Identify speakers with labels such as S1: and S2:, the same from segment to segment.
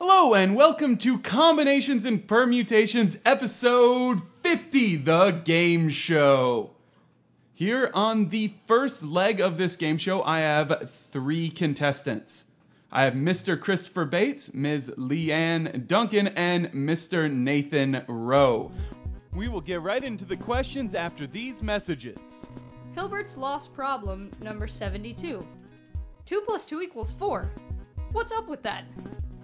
S1: Hello and welcome to Combinations and Permutations episode 50, the game show. Here on the first leg of this game show, I have three contestants. I have Mr. Christopher Bates, Ms. Leanne Duncan, and Mr. Nathan Rowe. We will get right into the questions after these messages.
S2: Hilbert's Lost Problem, number 72. 2 plus 2 equals 4. What's up with that?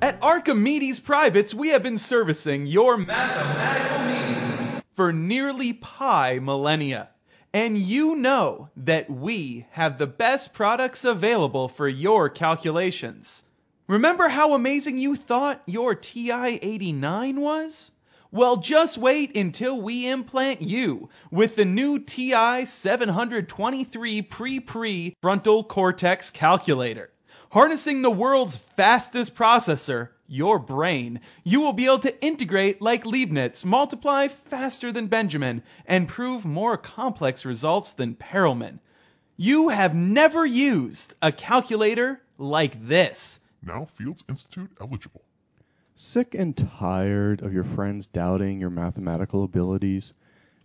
S1: At Archimedes Privates, we have been servicing your mathematical needs for nearly pi millennia. And you know that we have the best products available for your calculations. Remember how amazing you thought your TI 89 was? Well, just wait until we implant you with the new TI 723 Pre Pre Frontal Cortex Calculator. Harnessing the world's fastest processor, your brain, you will be able to integrate like Leibniz, multiply faster than Benjamin, and prove more complex results than Perelman. You have never used a calculator like this.
S3: now Fields Institute eligible.
S4: Sick and tired of your friends doubting your mathematical abilities?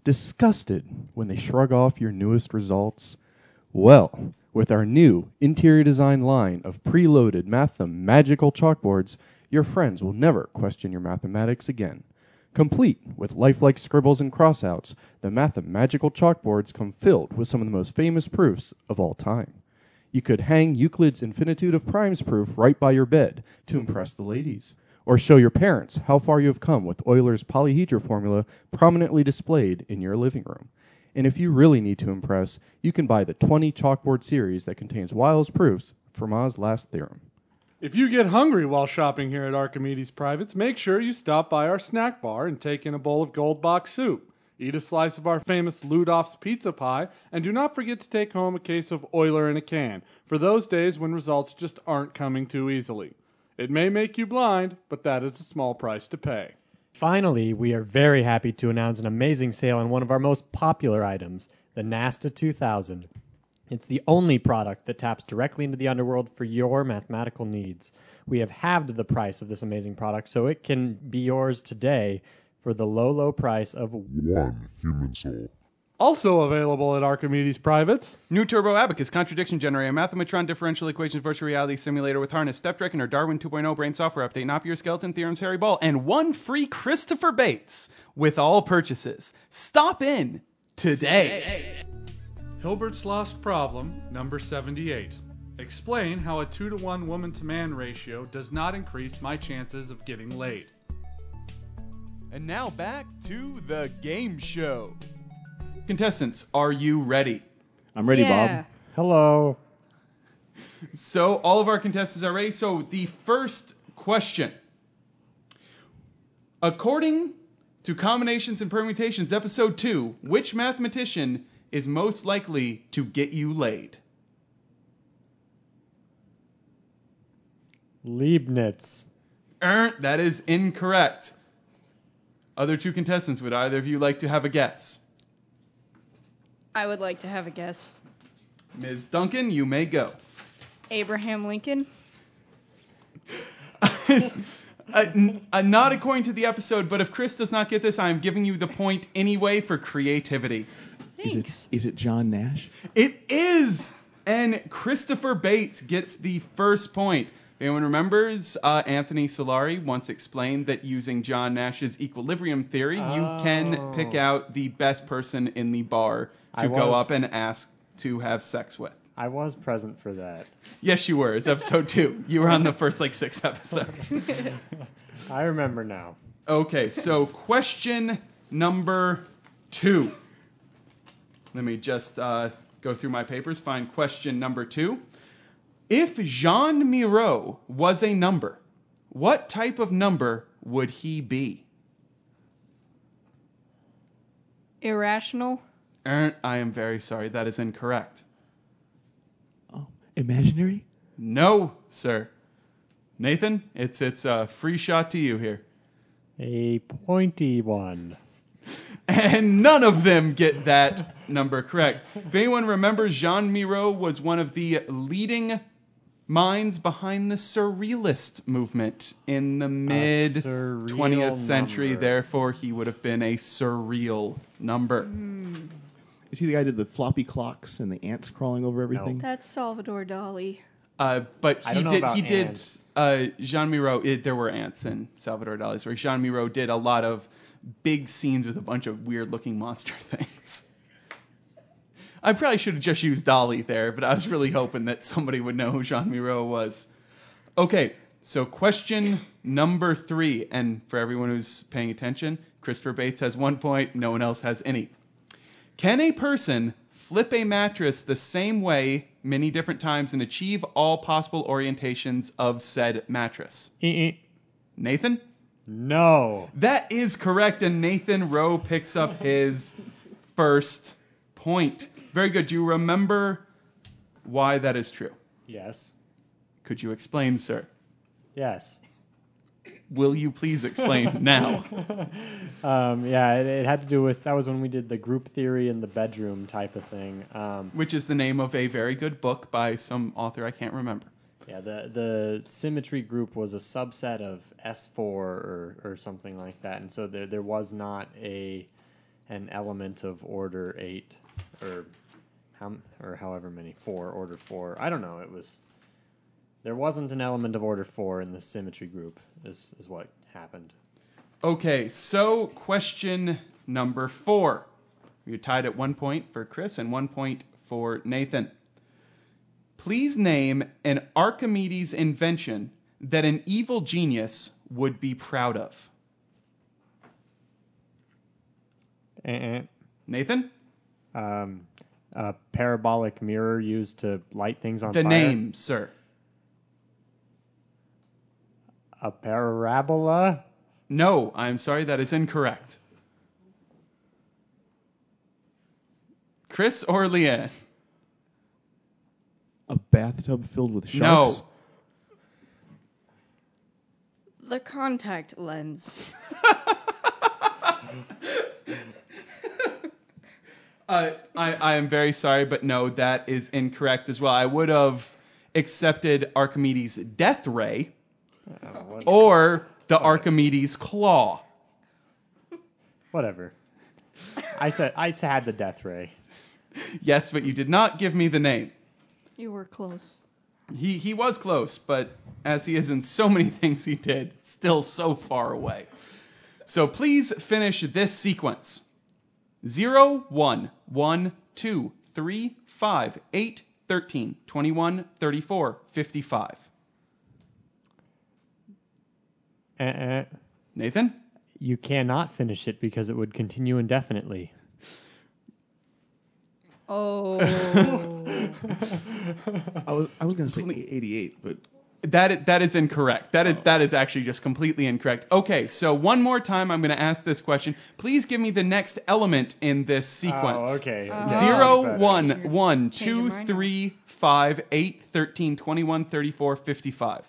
S4: Disgusted when they shrug off your newest results? Well, with our new interior design line of preloaded mathematical chalkboards, your friends will never question your mathematics again. Complete with lifelike scribbles and crossouts, the mathematical chalkboards come filled with some of the most famous proofs of all time. You could hang Euclid's infinitude of primes proof right by your bed to impress the ladies, or show your parents how far you have come with Euler's polyhedra formula prominently displayed in your living room. And if you really need to impress, you can buy the 20 chalkboard series that contains Weil's proofs for Ma's last theorem.
S5: If you get hungry while shopping here at Archimedes Privates, make sure you stop by our snack bar and take in a bowl of Gold Box soup. Eat a slice of our famous Ludolph's pizza pie, and do not forget to take home a case of Euler in a can for those days when results just aren't coming too easily. It may make you blind, but that is a small price to pay.
S6: Finally, we are very happy to announce an amazing sale on one of our most popular items, the NASA 2000. It's the only product that taps directly into the underworld for your mathematical needs. We have halved the price of this amazing product so it can be yours today for the low, low price of
S3: One human soul.
S5: Also available at Archimedes Privates.
S1: New Turbo Abacus, Contradiction Generator, Mathematron Differential Equation, Virtual Reality Simulator with Harness, Step Trek, and our Darwin 2.0 Brain Software Update, Napier Skeleton Theorems, Harry Ball, and one free Christopher Bates with all purchases. Stop in today.
S5: Hilbert's Lost Problem, number 78. Explain how a 2 to 1 woman to man ratio does not increase my chances of getting laid.
S1: And now back to the game show. Contestants, are you ready?
S4: I'm ready, Bob.
S6: hello.
S1: So all of our contestants are ready. So the first question. According to Combinations and Permutations, Episode 2, which mathematician is most likely to get you laid?
S6: Leibniz.
S1: Er, that is incorrect. Other two contestants, would either of you like to have a guess?
S2: I would like to have a guess.
S1: Ms. Duncan, you may go.
S2: Abraham Lincoln?
S1: uh, n- uh, not according to the episode, but if Chris does not get this, I am giving you the point anyway for creativity.
S7: Is it, is it John Nash?
S1: It is! And Christopher Bates gets the first point. If anyone remembers, uh, Anthony Solari once explained that using John Nash's equilibrium theory, you can pick out the best person in the bar to
S6: Oh. I
S1: go
S6: was-
S1: up and ask to have sex with.
S6: I was present for that.
S1: Yes, you were. It's episode two. You were on the first like six episodes.
S6: I remember now.
S1: Okay, so question number two. Let me just uh, go through my papers, find question number two. If Jean Miro was a number, what type of number would he be?
S2: Irrational?
S1: Er, I am very sorry, that is incorrect.
S7: Oh, imaginary?
S1: No, sir. Nathan, it's it's a free shot to you here.
S6: A pointy one.
S1: and none of them get that number correct. If anyone remembers, Jean Miro was one of the leading minds behind the surrealist movement in the mid
S6: surreal
S1: 20th century.
S6: number.
S1: Therefore, he would have been a surreal number.
S7: Is he the guy who did the floppy clocks and the ants crawling over everything?
S2: That's Salvador Dali.
S1: Uh, but he
S6: I don't know
S1: did.
S6: about
S1: He did.
S6: ants.
S1: Uh, Jean Miro. It, there were ants in Salvador Dali's story. Jean Miro did a lot of big scenes with a bunch of weird-looking monster things. I probably should have just used Dali there, but I was really hoping that somebody would know who Jean Miro was. Okay, so question number three, and for everyone who's paying attention, Christopher Bates has one point. No one else has any. Can a person flip a mattress the same way many different times and achieve all possible orientations of said mattress?
S6: Eh, eh.
S1: Nathan?
S6: No.
S1: That is correct, and Nathan Rowe picks up his first point. Very good. Do you remember why that is true?
S6: Yes.
S1: Could you explain, sir?
S6: Yes.
S1: Will you please explain now?
S6: Um, yeah, it, it had to do with that was when we did the group theory in the bedroom type of thing. Um,
S1: Which is the name of a very good book by some author I can't remember.
S6: yeah, the the symmetry group was a subset of S four or, or something like that, and so there there was not a an element of order eight or how m- or however many four order four. I don't know. It was there wasn't an element of order four in the symmetry group. Is is what happened.
S1: Okay, so question number four. You're tied at one point for Chris and one point for Nathan. Please name an Archimedes invention that an evil genius would be proud of. Nathan?
S6: Eh, um, a parabolic mirror used to light things on
S1: The
S6: fire.
S1: name, sir.
S6: A parabola.
S1: No, I'm sorry, that is incorrect. Chris or Leanne?
S7: A bathtub filled with sharks?
S1: No.
S2: The contact lens.
S1: Uh, I, I am very sorry, but no, that is incorrect as well. I would have accepted Archimedes' death ray or the Archimedes' claw.
S6: Whatever. I said I had the death ray.
S1: Yes, but you did not give me the name.
S2: You were close.
S1: He, he was close, but as he is in so many things he did, still so far away. So please finish this sequence zero one one two three five eight thirteen twenty one thirty four fifty five.
S6: Uh-uh.
S1: Nathan?
S6: You cannot finish it because it would continue indefinitely.
S2: Oh.
S7: I was, I was going to say 88, but
S1: That that is incorrect. That
S6: Oh.
S1: is that is actually just completely incorrect. Okay, so one more time, I'm going to ask this question. Please give me the next element in this sequence.
S6: Oh, okay.
S2: Uh,
S1: Zero,
S6: Better.
S1: one, one,
S2: Change your
S1: two,
S2: mind.
S1: three, five, eight, 13, 21, 34, 55.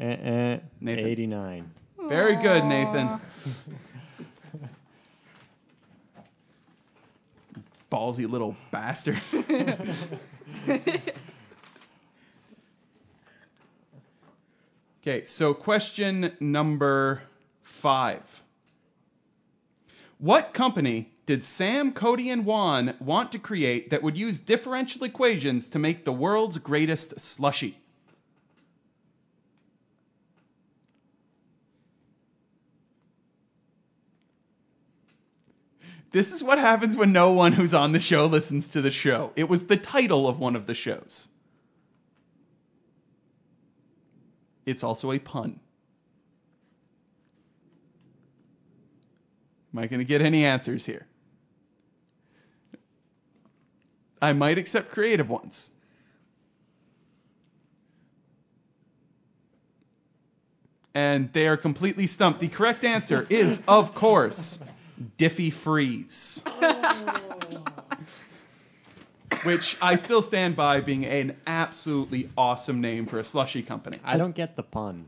S6: Uh-uh.
S1: Nathan.
S6: 89.
S1: Very good, Nathan. Ballsy little bastard. okay, so question number five. What company did Sam, Cody, and Juan want to create that would use differential equations to make the world's greatest slushy? This is what happens when no one who's on the show listens to the show. It was the title of one of the shows. It's also a pun. Am I going to get any answers here? I might accept creative ones. And they are completely stumped. The correct answer is, of course, Diffie Freeze. Which I still stand by being an absolutely awesome name for a slushy company.
S6: I don't get the pun.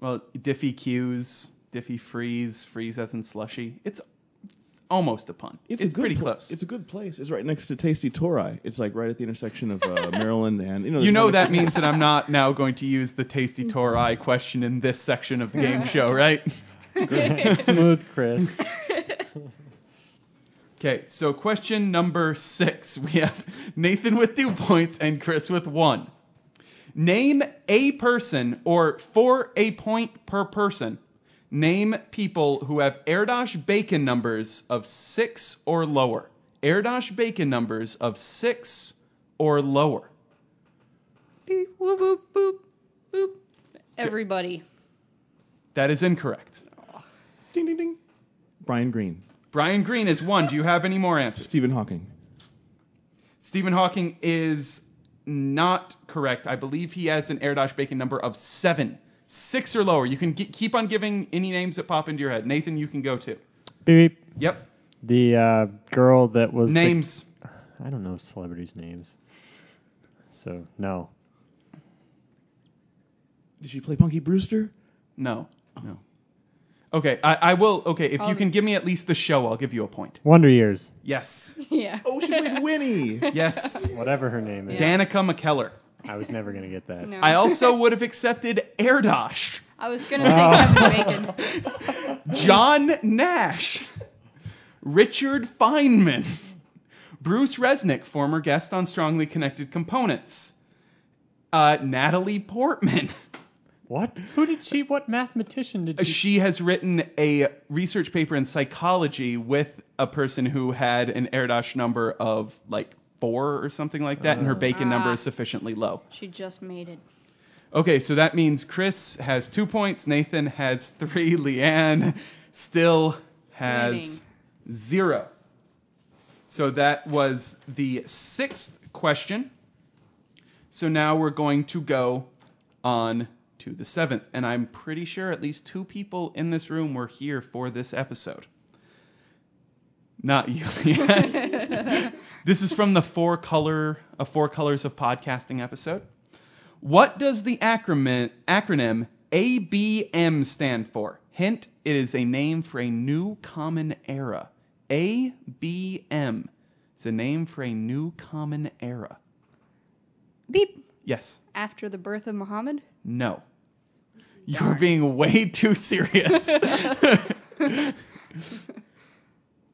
S1: Well, Diffie Q's, Diffie Freeze, Freeze as in slushy. It's, it's almost a pun. It's,
S7: a good
S1: pretty
S7: pla-
S1: close.
S7: It's a good place. It's right next to Tasty Torai. It's like right at the intersection of uh, Maryland and you know.
S1: you
S7: there's
S1: know
S7: one
S1: that means that I'm not now going to use the tasty Torai question in this section of the game show, right?
S6: Smooth, Chris.
S1: Okay, so question number six. We have Nathan with two points and Chris with one. Name a person, or for a point per person, name people who have Erdos Bacon numbers of six or lower. Erdos Bacon numbers of six or lower.
S2: Beep, whoop, boop, boop, boop. Everybody.
S1: That is incorrect.
S7: Ding ding ding. Brian Green,
S1: Brian Green is one. Do you have any more answers?
S7: Stephen Hawking.
S1: Stephen Hawking is not correct. I believe he has an Airdash Bacon number of seven, six or lower. You can ge- keep on giving any names that pop into your head. Nathan, you can go to.
S6: Beep.
S1: Yep.
S6: The uh, girl that was the-
S1: Names.
S6: I don't know celebrities' names. So no.
S7: Did she play Punky Brewster?
S1: No. No. Okay. I, I will. Okay. If you
S2: I'll-
S1: can give me at least the show, I'll give you a point.
S6: Wonder Years.
S1: Yes.
S2: Yeah.
S7: Oh, she played Winnie.
S1: Yes.
S6: Whatever her name is.
S1: Danica McKellar.
S6: I was never gonna get that.
S2: No.
S1: I also would have accepted Airdash.
S2: I was gonna say Kevin Bacon.
S1: John Nash, Richard Feynman, Bruce Resnick, former guest on Strongly Connected Components, uh, Natalie Portman.
S6: What? Who did she? What mathematician did she?
S1: She has written a research paper in psychology with a person who had an Erdos number of like four or something like that, and her bacon number is sufficiently low.
S2: She just made it.
S1: Okay, so that means Chris has two points, Nathan has three, Leanne still has zero. So that was the sixth question. So now we're going to go on to the seventh. And I'm pretty sure at least two people in this room were here for this episode. Not you, Leanne. this is from the four color, a four colors of podcasting episode. What does the acronym, acronym ABM stand for? Hint, it is a name for a new common era. ABM. It's a name for a new common era.
S2: Beep.
S1: Yes.
S2: After the birth of Muhammad.
S1: No. You're being way too serious.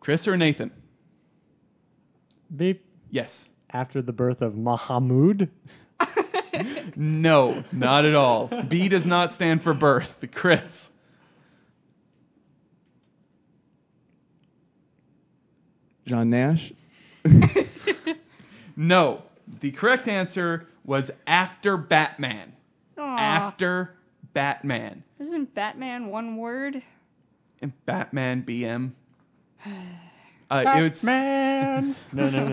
S1: Chris or Nathan?
S6: Beep.
S1: Yes.
S6: After the birth of Mahamud.
S1: No, not at all. B does not stand for birth. Chris.
S7: John Nash.
S1: No. The correct answer was after Batman. After Batman.
S2: Isn't Batman one word?
S1: And Batman BM. Uh, it was
S6: Batman. no, no,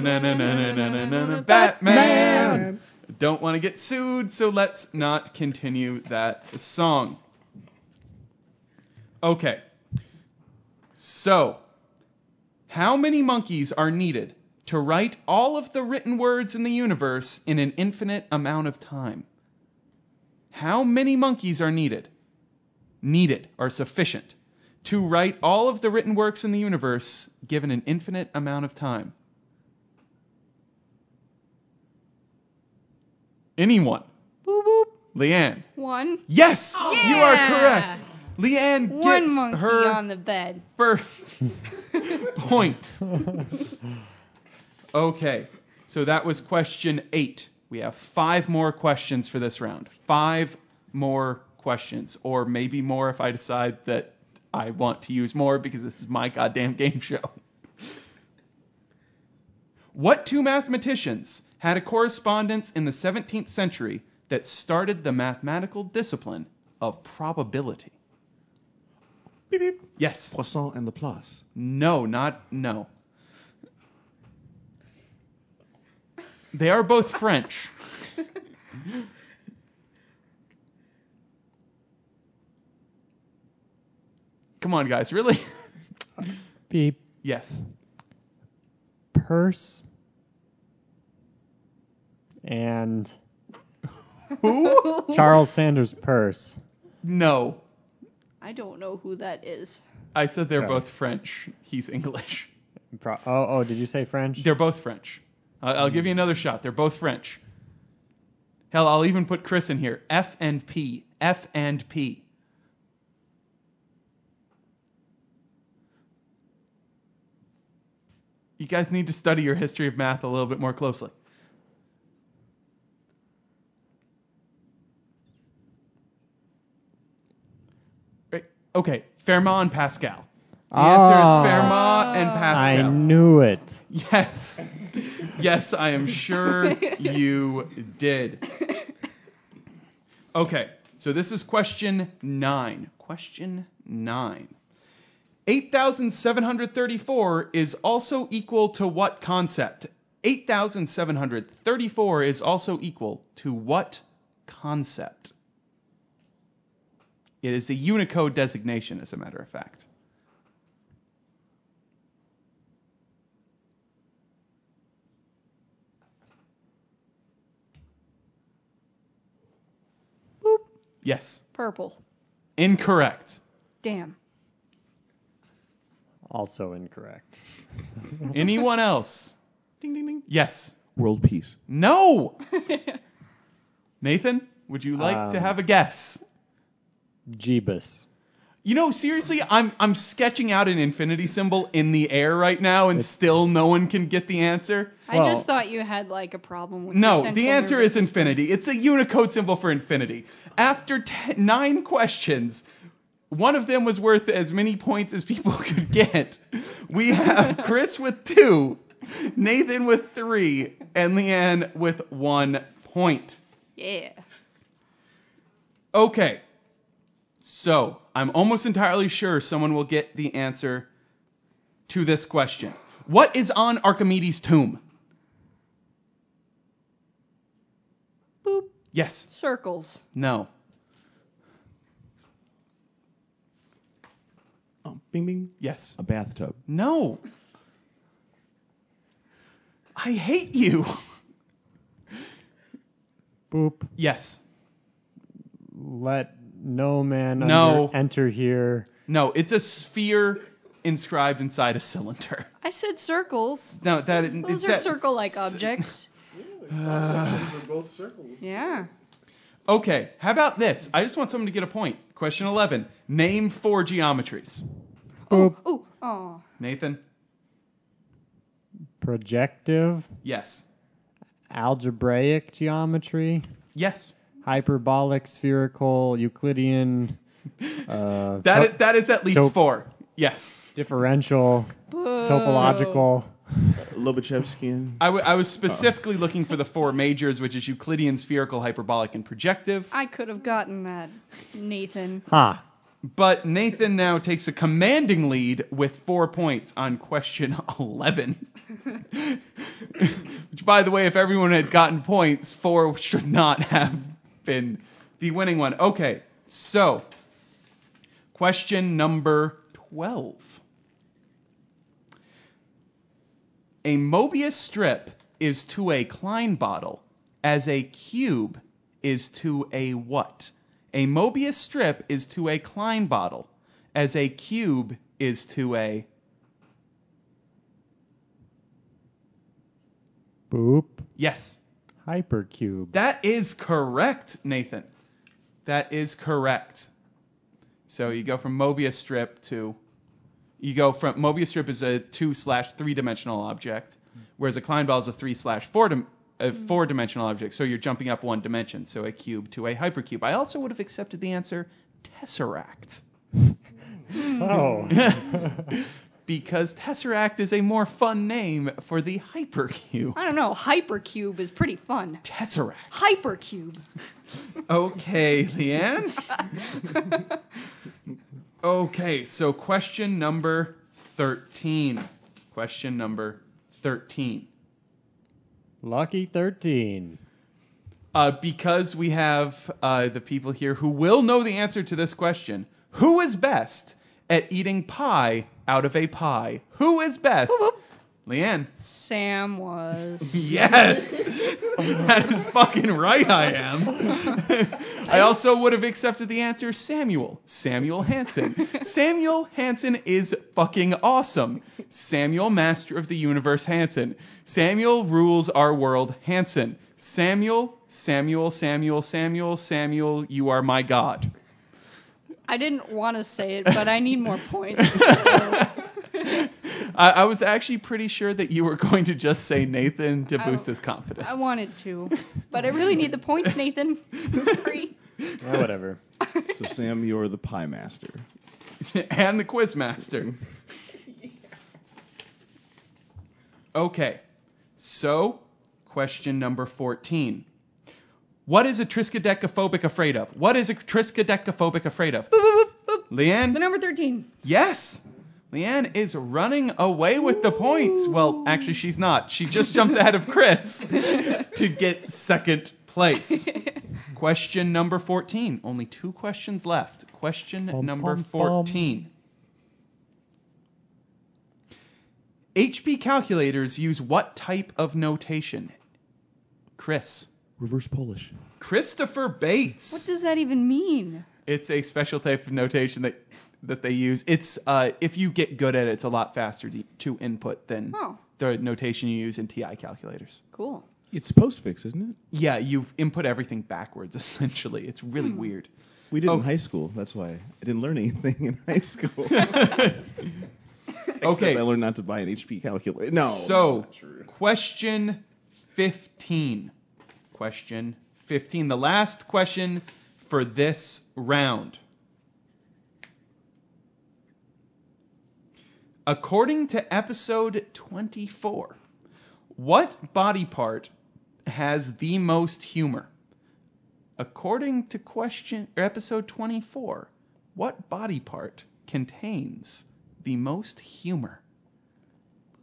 S6: no.
S1: Batman. Don't want to get sued, so let's not continue that song. Okay. So, how many monkeys are needed to write all of the written words in the universe in an infinite amount of time? How many monkeys are needed? Needed are sufficient to write all of the written works in the universe given an infinite amount of time? Anyone?
S2: Boop boop.
S1: Leanne.
S2: One.
S1: Yes, you are
S2: Yeah.
S1: correct. Leanne gets
S2: One monkey
S1: her
S2: on the bed.
S1: first point. Okay, so that was question eight. We have five more questions for this round. Five more questions, or maybe more if I decide that I want to use more because this is my goddamn game show. What two mathematicians had a correspondence in the 17th century that started the mathematical discipline of probability?
S7: Beep, beep.
S1: Yes.
S7: Poisson and Laplace.
S1: No, not no. They are both French. Come on, guys, really?
S6: Beep.
S1: yes.
S6: Purse. And
S1: Who?
S6: Charles Sanders' purse.
S1: No.
S2: I don't know who that is.
S1: I said they're
S5: Okay.
S1: both French. He's English.
S6: Pro- oh, oh, did you say French? Hmm.
S1: They're both French. I- I'll give you another shot. They're both French. Hell, I'll even put Chris in here. F and P. F and P. You guys need to study your history of math a little bit more closely. Right, Okay, Fermat and Pascal. The answer
S6: Ah.
S1: is Fermat and
S6: I
S1: Pascal.
S6: knew it.
S1: Yes. Yes, I am sure you did. Okay, so this is question nine. Question nine. 8,734 is also equal to what concept? 8,734 is also equal to what concept? It is a Unicode designation, as a matter of fact. Yes.
S2: Purple.
S1: Incorrect.
S2: Damn.
S6: Also incorrect.
S1: Anyone else? ding ding ding. Yes.
S7: World peace.
S1: No. Nathan, would you like to
S6: Um,
S1: have a guess?
S6: Jeebus.
S1: You know, seriously, I'm I'm sketching out an infinity symbol in the air right now, and still no one can get the answer.
S2: I
S6: Well-
S2: just thought you had like a problem with your
S1: No,
S2: central
S1: the answer
S2: nervous
S1: is infinity. It's a Unicode symbol for infinity. After te- nine questions, one of them was worth as many points as people could get. We have Chris with two, Nathan with three, and Leanne with one point.
S2: Yeah.
S1: Okay. So I'm almost entirely sure someone will get the answer to this question. What is on Archimedes' tomb?
S2: Boop.
S1: Yes.
S2: Circles.
S1: No.
S7: Oh, bing, bing.
S1: Yes.
S7: A bathtub.
S1: No. I hate you.
S6: Boop.
S1: Yes.
S6: Let no man
S1: No.
S6: under- enter here.
S1: No, it's a sphere inscribed inside a cylinder.
S2: I said circles.
S1: No, that
S2: Those
S1: it's
S2: are
S1: that-
S2: circle-like objects. Yeah.
S1: Okay, how about this? I just want someone to get a point. Question 11. Name four geometries.
S6: Boop.
S2: Ooh. Oh.
S1: Nathan?
S6: Projective,
S1: Yes.
S6: algebraic geometry,
S1: Yes.
S6: hyperbolic, spherical, Euclidean, uh,
S1: That
S6: to-
S1: is, that is at least
S6: So-
S1: four. Yes.
S6: differential,
S2: Boo.
S6: topological.
S7: Lobachevskian.
S1: I, w- I was specifically looking for the four majors, which is Euclidean, spherical, hyperbolic, and projective.
S2: I could have gotten that, Nathan.
S6: Ha.
S1: But Nathan now takes a commanding lead with four points on question 11. Which, by the way, if everyone had gotten points, four should not have been the winning one. Okay, so question number 12. A Mobius strip is to a Klein bottle as a cube is to a what? A Mobius strip is to a Klein bottle as a cube is to a.
S6: Boop.
S1: Yes,
S6: Hypercube.
S1: that is correct, Nathan. That is correct. So you go from Mobius strip to. You go from. Mobius strip is a 2 slash 3 dimensional object, whereas a Klein ball is a 3 slash 4 dim, a four dimensional object. So you're jumping up one dimension. So a cube to a hypercube. I also would have accepted the answer tesseract.
S6: Oh.
S1: because Tesseract is a more fun name for the hypercube.
S2: I don't know. Hypercube is pretty fun.
S1: Tesseract.
S2: Hypercube.
S1: Okay, Leanne. okay, so question number 13. Question number 13.
S6: Lucky 13.
S1: Uh, because we have uh, the people here who will know the answer to this question who is best at eating pie out of a pie? Who is best
S2: Whoop, whoop.
S1: Leanne.
S2: Sam was.
S1: Yes, that is fucking right. I am. I also would have accepted the answer Samuel. Samuel Hansen. Samuel Hansen is fucking awesome. Samuel, master of the universe, Hansen. Samuel rules our world, Hansen. Samuel, Samuel, Samuel, Samuel, Samuel, you are my god.
S2: I didn't want to say it, but I need more points. so-
S1: I, I was actually pretty sure that you were going to just say Nathan to boost his confidence.
S2: I wanted to, but I really need the points, Nathan. Sorry.
S6: Oh, whatever.
S7: So Sam, you're the pie master.
S1: and the quizmaster. Okay, so question number 14. What is a triskaidekaphobic afraid of? What is a triskaidekaphobic afraid of?
S2: Boop, boop, boop, boop. The
S1: Leanne?
S2: number 13.
S1: Yes! Leanne is running away with the points. Well, actually, she's not. She just jumped ahead of Chris to get second place. Question number 14. Only two questions left. Question
S6: Bum,
S1: number
S6: bum, bum.
S1: 14. HP calculators use what type of notation? Chris.
S7: Reverse Polish.
S1: Christopher Bates.
S2: What does that even mean?
S1: it's a special type of notation that that they use. It's uh, if you get good at it, it's a lot faster to, to input than
S2: Oh,
S1: the notation you use in TI calculators.
S2: cool.
S7: It's postfix, isn't it?
S1: Yeah, you input everything backwards essentially. It's really weird.
S7: We did
S1: Oh.
S7: in high school. That's why I didn't learn anything in high school.
S1: Okay.
S7: Except I learned not to buy an HP calculator. No.
S1: So,
S7: that's not true.
S1: question 15. Question 15. The last question for this round. According to episode 24, what body part has the most humor? According to question or episode 24, what body part contains the most humor?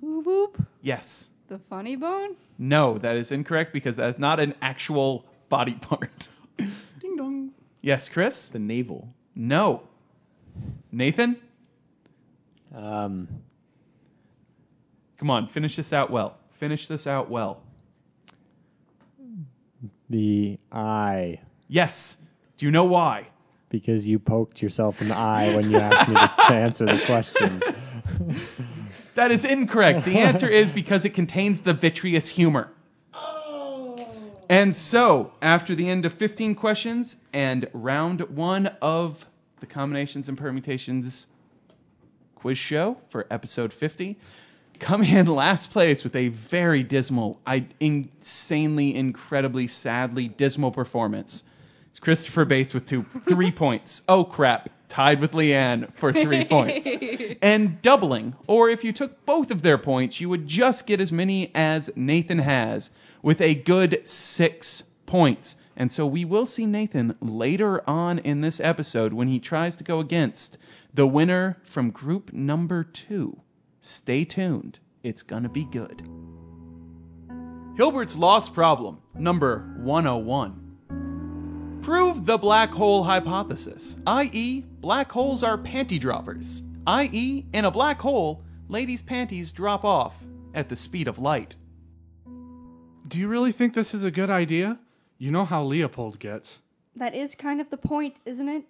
S2: Boop, boop.
S1: Yes.
S2: The funny bone?
S1: No, that is incorrect because that's not an actual body part.
S7: ding dong.
S1: Yes, Chris?
S7: The navel.
S1: No. Nathan?
S6: Um,
S1: Come on, finish this out well. Finish this out well.
S6: the eye,
S1: Yes. Do you know why?
S6: because you poked yourself in the eye when you asked me to answer the question.
S1: That is incorrect. The answer is because it contains the vitreous humor. And so, after the end of 15 questions and round one of the Combinations and Permutations quiz show for episode 50, coming in last place with a very dismal, I, insanely, incredibly, sadly dismal performance. It's Christopher Bates with two, three points. Oh crap! Tied with Leanne for three points and doubling, or if you took both of their points, you would just get as many as Nathan has with a good six points. And so we will see Nathan later on in this episode when he tries to go against the winner from group number two. Stay tuned, it's gonna be good. Hilbert's Lost Problem, number 101. Prove the black hole hypothesis, i.e., black holes are panty droppers, i.e., in a black hole, ladies' panties drop off at the speed of light.
S5: Do you really think this is a good idea? You know how Leopold gets.
S2: That is kind of the point, isn't it?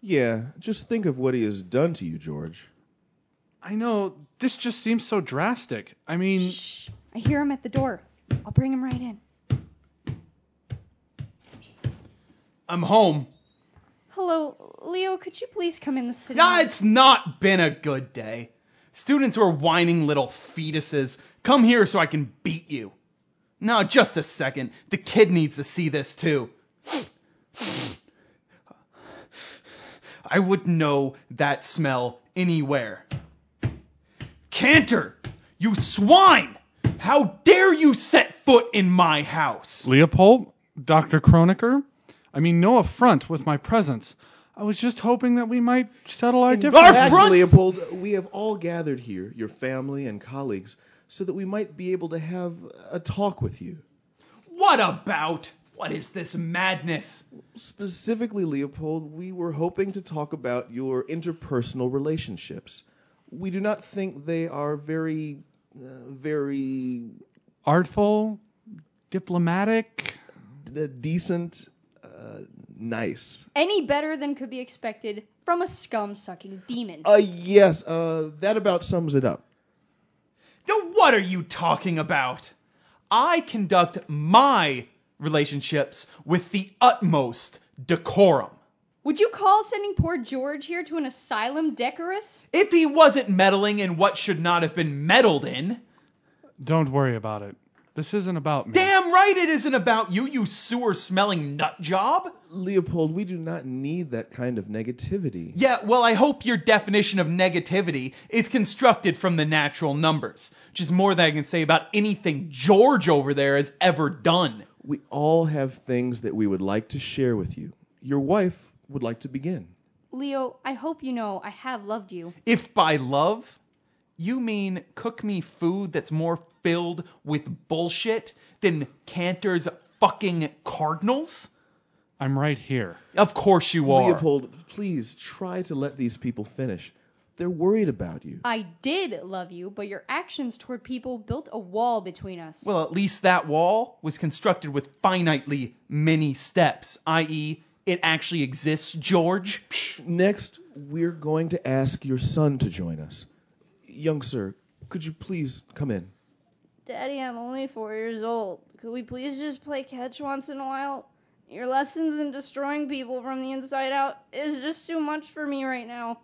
S8: Yeah, just think of what he has done to you, George.
S5: I know, this just seems so drastic. I mean,
S2: Shh. I hear him at the door. I'll bring him right in.
S1: I'm home.
S2: Hello, Leo, could you please come in the city?
S1: Nah, it's not been a good day. Students were whining little fetuses. Come here so I can beat you. No, just a second. The kid needs to see this too. I would know that smell anywhere. Cantor! You swine! How dare you set foot in my house?
S5: Leopold, Dr. Kronecker, I mean, no affront with my presence. I was just hoping that we might settle our differences.
S1: fact- front-
S8: Leopold, we have all gathered here, your family and colleagues, so that we might be able to have a talk with you.
S1: What about? What is this madness?
S8: Specifically, Leopold, we were hoping to talk about your interpersonal relationships. We do not think they are very uh, very
S5: Artful, diplomatic.
S8: d- decent, uh, nice.
S2: Any better than could be expected from a scum sucking demon.
S8: Uh, yes, uh, that about sums it up.
S1: Now, What are you talking about? I conduct my relationships with the utmost decorum.
S2: Would you call sending poor George here to an asylum decorous?
S1: If he wasn't meddling in what should not have been meddled in,
S5: Don't worry about it. This isn't about me.
S1: damn right it isn't about you, you sewer smelling nut job.
S8: Leopold, we do not need that kind of negativity.
S1: Yeah, well, I hope your definition of negativity is constructed from the natural numbers, which is more than I can say about anything George over there has ever done.
S8: We all have things that we would like to share with you. Your wife would like to begin.
S2: Leo, I hope you know I have loved you.
S1: If by love, you mean cook me food that's more filled with bullshit than Cantor's fucking Cardinals?
S5: I'm right here.
S1: Of course you are.
S8: Leopold, please try to let these people finish. They're worried about you.
S2: I did love you, but your actions toward people built a wall between us.
S1: Well, at least that wall was constructed with finitely many steps, i.e., it actually exists, George.
S8: Next, we're going to ask your son to join us. Young sir, could you please come in?
S9: Daddy, I'm only four years old. Could we please just play catch once in a while? Your lessons in destroying people from the inside out is just too much for me right now.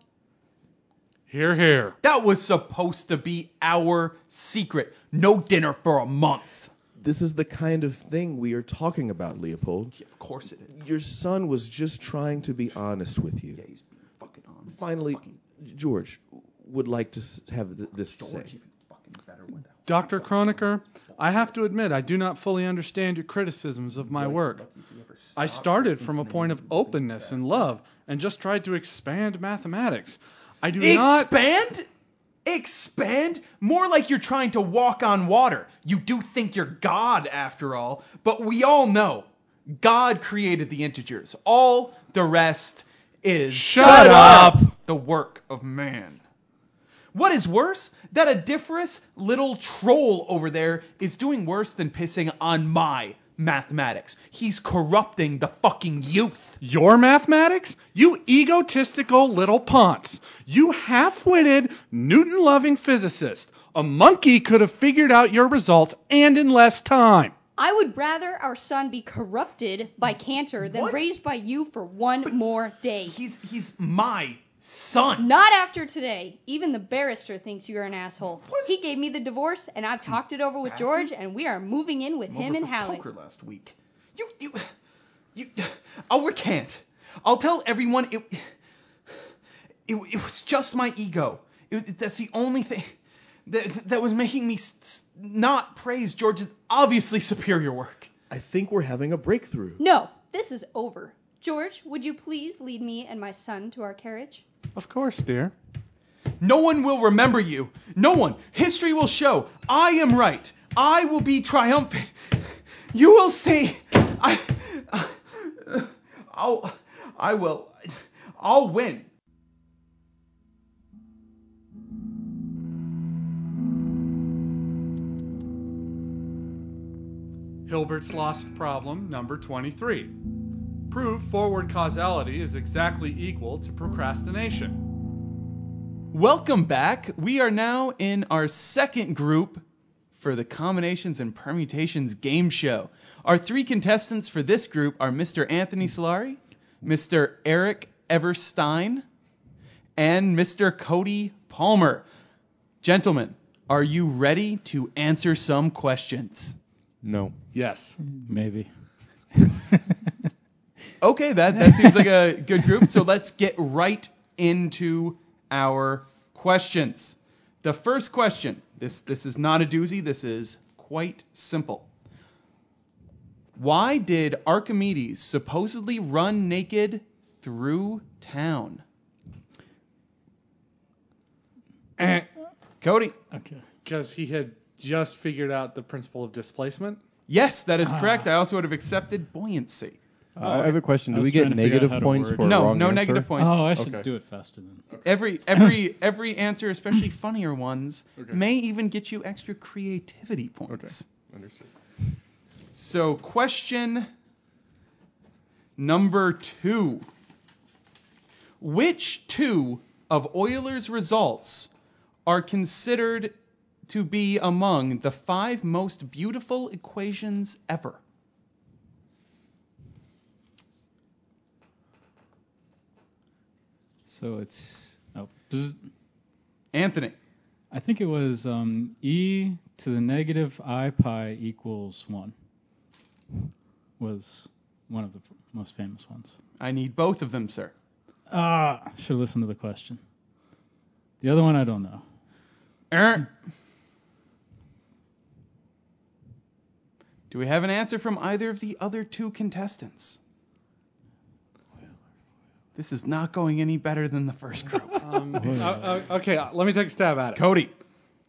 S5: Here, here.
S1: That was supposed to be our secret. No dinner for a month.
S8: This is the kind of thing we are talking about, Leopold.
S1: Of course it is.
S8: Your son was just trying to be honest with you.
S1: He's being fucking on.
S8: Finally, George would like to s- have th- this to say.
S5: Dr. Kronecker, I have to admit I do not fully understand your criticisms of my work. I started from a point of openness and love and just tried to expand mathematics. I do not
S1: Expand? Expand? More like you're trying to walk on water. You do think you're God after all, but we all know God created the integers. All the rest is
S5: Shut up!
S1: the work of man. What is worse? That adiphorous little troll over there is doing worse than pissing on my mathematics. He's corrupting the fucking youth.
S5: Your mathematics? You egotistical little ponce. You half witted, Newton loving physicist. A monkey could have figured out your results and in less time.
S2: I would rather our son be corrupted by Cantor than
S1: What?
S2: raised by you for one more day.
S1: He's he's my son.
S2: Not after today. Even the barrister thinks you're an asshole. He gave me the divorce, and I've talked it over with George, and we are moving in with him
S1: over
S2: and
S1: for
S2: Hallie.
S1: poker last week. You, you, you. I'll recant. I'll tell everyone it. It, it was just my ego. It, that's the only thing that that was making me s- s- not praise George's obviously superior work.
S8: I think we're having a breakthrough.
S2: No, this is over. George, would you please lead me and my son to our carriage?
S5: Of course, dear.
S1: No one will remember you. No one. History will show I am right. I will be triumphant. You will see. I. I'll. I will. I'll win.
S5: Hilbert's lost problem number 23. Prove forward causality is exactly equal to procrastination.
S1: Welcome back. We are now in our second group for the Combinations and Permutations game show. Our three contestants for this group are Mr. Anthony Solari, Mr. Eric Everstein, and Mr. Cody Palmer. Gentlemen, are you ready to answer some questions?
S4: No.
S5: Yes.
S10: Maybe.
S1: Okay, that, that seems like a good group. So let's get right into our questions. The first question. This this is not a doozy. This is quite simple. Why did Archimedes supposedly run naked through town?
S4: Eh.
S1: Cody.
S10: Okay.
S5: Because he had just figured out the principle of displacement.
S4: Ah.
S1: Yes, that is correct. I also would have accepted buoyancy.
S4: I have a question.
S10: Oh,
S4: Do
S10: I
S4: we
S10: was
S4: get
S10: trying to figure out
S4: negative
S10: how to
S4: points
S10: word
S4: for
S10: it.
S4: a
S1: No,
S4: wrong
S1: no
S4: answer?
S1: negative points.
S10: Oh, I should
S5: Okay.
S10: do it faster then.
S1: Every every every answer, especially funnier ones, may even get you extra creativity points.
S5: Understood.
S1: So, question number two. Which two of Euler's results are considered to be among the five most beautiful equations ever?
S10: So it's oh, bzz.
S1: Anthony,
S10: I think it was um, e to the negative i pi equals one. Was one of the f- most famous ones.
S1: I need both of them, sir.
S10: Ah, should listen to the question. The other one I don't know.
S1: Er. Do we have an answer from either of the other two contestants? This is not going any better than the first group.
S5: Um, uh, uh, okay, uh, let me take a stab at it.
S1: Cody.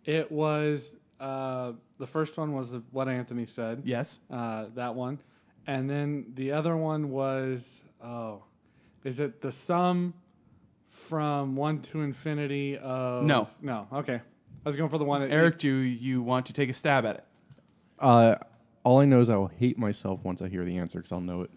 S5: It was uh, the first one was the- what Anthony said.
S1: Yes.
S5: Uh, that one, and then the other one was oh, is it the sum from one to infinity of
S1: No.
S5: no okay. I was going for the one that
S1: Eric, do you want to take a stab at it?
S4: Uh, all I know is I will hate myself once I hear the answer because I'll know it.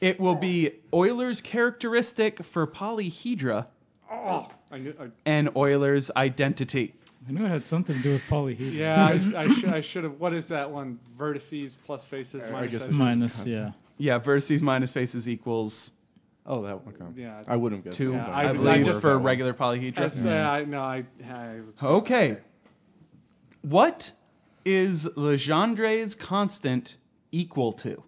S1: It will be Euler's characteristic for polyhedra
S5: I knew- I-
S1: and Euler's identity.
S10: I knew it had something to do with polyhedron.
S5: yeah, I, I, should, I should have. What is that one? Vertices plus faces minus.
S4: guess
S5: edges.
S10: Minus, yeah.
S1: Yeah, vertices minus faces equals
S4: Oh, that one. Okay.
S5: Yeah.
S4: I wouldn't guess.
S1: two,
S5: Yeah,
S1: I,
S5: I- I
S1: believe,
S5: just-
S1: for regular polyhedra. Hmm.
S5: That's, uh, I, no, I, I was,
S1: Okay. What is Legendre's constant equal to?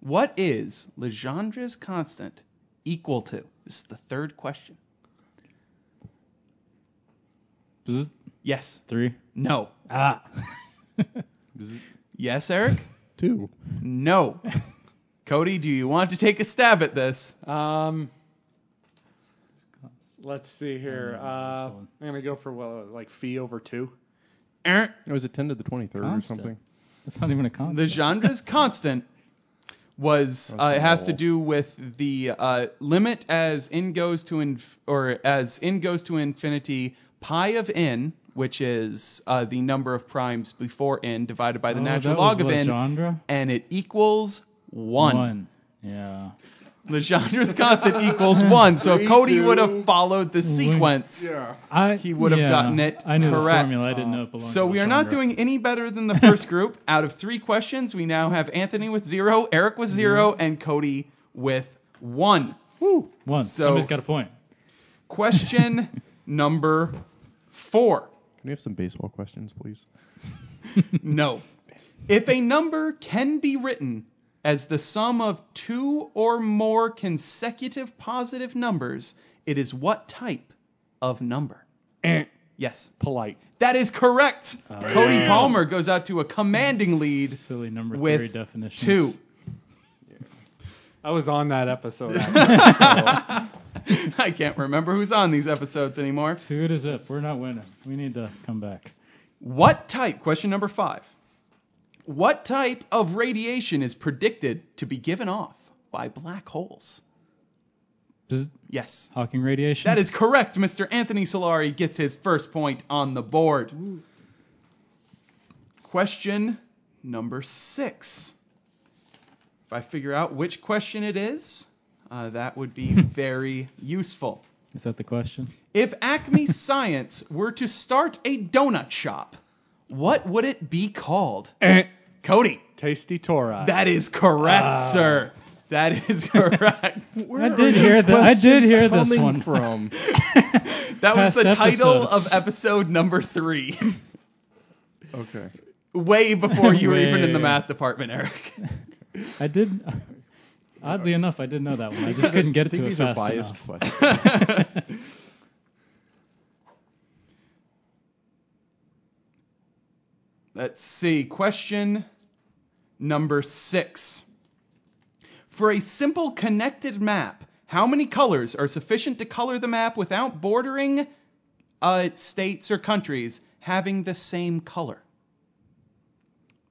S1: What is Legendre's constant equal to? This is the third question.
S10: Bzz.
S1: Yes.
S10: Three.
S1: No.
S10: Ah.
S1: Yes, Eric?
S4: Two.
S1: No. Cody, do you want to take a stab at this?
S5: Um, let's see here. Uh, I'm gonna go for well, like phi over two.
S10: Uh,
S1: Er,
S4: It was a ten to the twenty third or
S10: Constant.
S4: something.
S10: That's not even a constant.
S1: Legendre's constant was uh, it has to
S4: no.
S1: do with the uh, limit as n goes to inf- or as n goes to infinity pi of n which is uh, the number of primes before n divided by the
S10: Oh,
S1: natural
S10: that
S1: log
S10: was
S1: of n
S10: Legendre?
S1: and it equals 1,
S10: One. Yeah.
S1: Legendre's constant equals 1 so if Cody would have followed the sequence
S10: I,
S1: He would have
S10: yeah,
S1: gotten it
S10: I knew
S1: correct.
S10: the formula. I didn't know it belonged
S1: so
S10: to
S1: we are not
S10: Legendre.
S1: doing any better than the first group. Out of three questions, we now have Anthony with zero, Eric with zero,
S10: Mm-hmm.
S1: and Cody with one.
S10: one.
S1: so-
S10: Somebody's got a point.
S1: Question number four.
S4: Can we have some baseball questions, please?
S1: No. If a number can be written as the sum of two or more consecutive positive numbers, it is what type of number?
S10: Eh.
S1: Yes.
S5: Polite.
S1: That is correct. Cody Palmer goes out to a commanding lead
S10: Ah, Silly number
S1: with
S10: theory definitions.
S1: two.
S5: I was on that episode.
S1: I can't remember who's on these episodes anymore.
S10: Two to zip. We're not winning. We need to come back.
S1: What type, question number five, what type of radiation is predicted to be given off by black holes?
S10: Bzz.
S1: Yes.
S10: Hawking radiation.
S1: That is correct. Mr. Anthony Solari gets his first point on the board. Question number six. If I figure out which question it is, uh, that would be very useful.
S10: Is that the question?
S1: If Acme Science were to start a donut shop, what would it be called?
S10: Eh.
S1: Cody,
S5: Tasty Torah.
S1: that is correct, sir. That is correct.
S10: Ah. I did hear that. I did hear this
S4: Coming
S10: one.
S4: from
S1: that was
S10: Past
S1: the title
S10: episodes.
S1: of episode number three.
S4: okay.
S1: Way before you were even in the
S10: Way.
S1: math department, Eric.
S10: I did. Oddly enough, I did know that one. I just couldn't get
S4: I
S10: it
S4: think
S10: to it
S4: these
S10: fast
S4: are biased
S10: enough.
S4: questions.
S1: Let's see. Question number six. For a simple connected map, how many colors are sufficient to color the map without bordering uh, states or countries having the same color?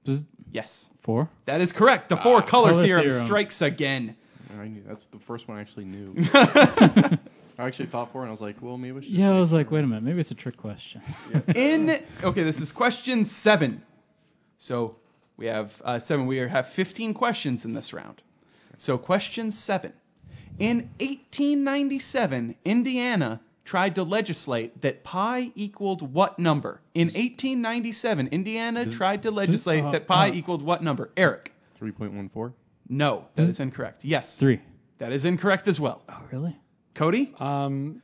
S10: Bzz.
S1: Yes.
S10: Four.
S1: That is correct. The four Ah, color,
S10: Color
S1: theorem,
S10: theorem.
S1: strikes again.
S4: I knew, that's the first one I actually knew. I actually thought for it, and I was like, well, maybe I should.
S10: Yeah, I was like, wait a minute, maybe it's a trick question.
S1: In okay, this is question seven. So we have uh, seven. We have 15 questions in this round. So question seven. In 1897, Indiana tried to legislate that pi equaled what number? In 1897, Indiana tried to legislate
S10: uh,
S1: that pi
S10: uh.
S1: equaled what number? Eric.
S4: 3.14.
S1: No, that is incorrect. Yes.
S10: Three.
S1: That is incorrect as well.
S10: Oh, really? Oh.
S1: Cody?
S5: Um,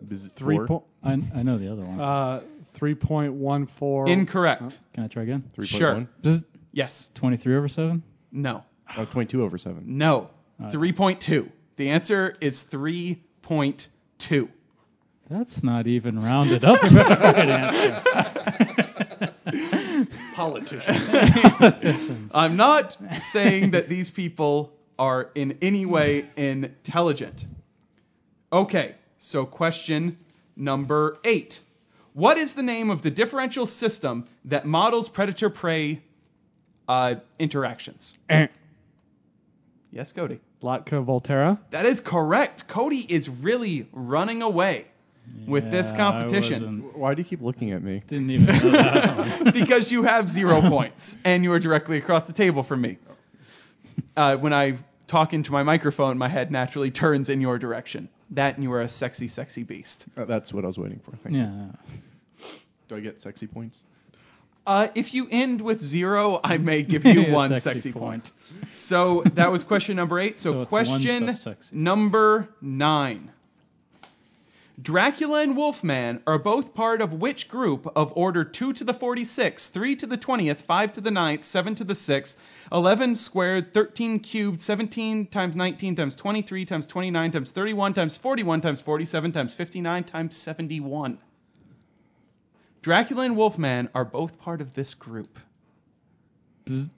S4: This is
S5: three
S4: four.
S5: po-
S10: I, I know the other one.
S5: uh, three point one four.
S1: Incorrect.
S10: Oh, Can I try again?
S4: 3.1.
S1: Sure.
S10: Does it-
S1: Yes.
S10: 23 over 7?
S1: No.
S4: Oh, 22 over 7.
S1: No. 3.2. The answer is 3.2.
S10: That's not even rounded up to the right answer.
S1: I'm not saying that these people are in any way intelligent. Okay, so question number eight. What is the name of the differential system that models predator prey uh, interactions? Yes, Cody.
S5: Latka Volterra.
S1: That is correct. Cody is really running away with this
S10: Yeah, I
S1: competition
S10: wasn't-
S4: Why do you keep looking at me?
S10: Didn't even know that one.
S1: because you have zero points and you are directly across the table from me. Uh, when I talk into my microphone, my head naturally turns in your direction. That and you are a sexy, sexy beast.
S4: Uh, that's what I was waiting for. Thank you.
S10: Yeah.
S4: Do I get sexy points?
S1: Uh, if you end with zero, I may give you
S10: Yeah,
S1: one sexy,
S10: sexy
S1: point.
S10: point.
S1: So that was question number eight. So,
S10: So it's one
S1: question
S10: sub-sexy.
S1: number nine. Dracula and Wolfman are both part of which group of order 2 to the 46, 3 to the 20th, 5 to the 9th, 7 to the 6th, 11 squared, 13 cubed, 17 times 19 times 23 times 29 times 31 times 41 times 47 times 59 times 71? Dracula and Wolfman are both part of this group.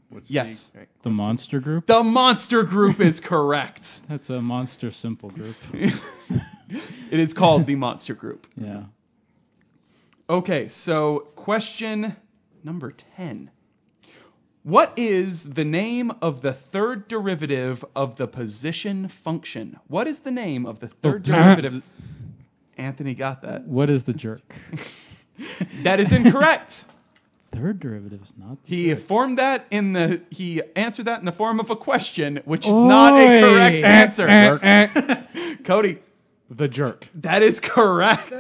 S4: What's
S1: Yes.
S4: The,
S10: The monster group?
S1: The monster group is correct.
S10: That's a monster simple group.
S1: It is called the monster group.
S10: Yeah.
S1: Okay, so question number 10. What is the name of the third derivative of the position function? What is the name of the third derivative? Anthony got that.
S10: What is the jerk?
S1: That is incorrect.
S10: Third derivative is not. The
S1: He formed that in the he answered that in the form of a question, which is not a
S10: Oy.
S1: correct
S10: Eh,
S1: answer.
S10: eh,
S1: Cody,
S5: The jerk.
S1: that is correct.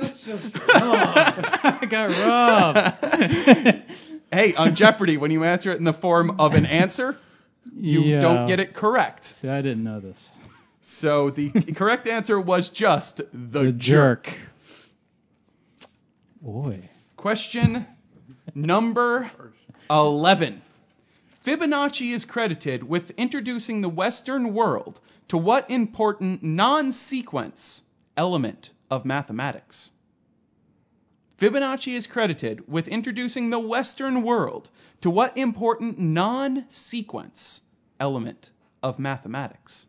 S10: I got robbed.
S1: hey, on Jeopardy, when you answer it in the form of an answer, you
S10: Yeah.
S1: don't get it correct.
S10: See, I didn't know this.
S1: So the correct answer was just the,
S10: The
S1: jerk.
S10: jerk. Boy.
S1: Question number 11. Fibonacci is credited with introducing the Western world to what important non sequence element of mathematics? Fibonacci is credited with introducing the Western world to what important non sequence element of mathematics?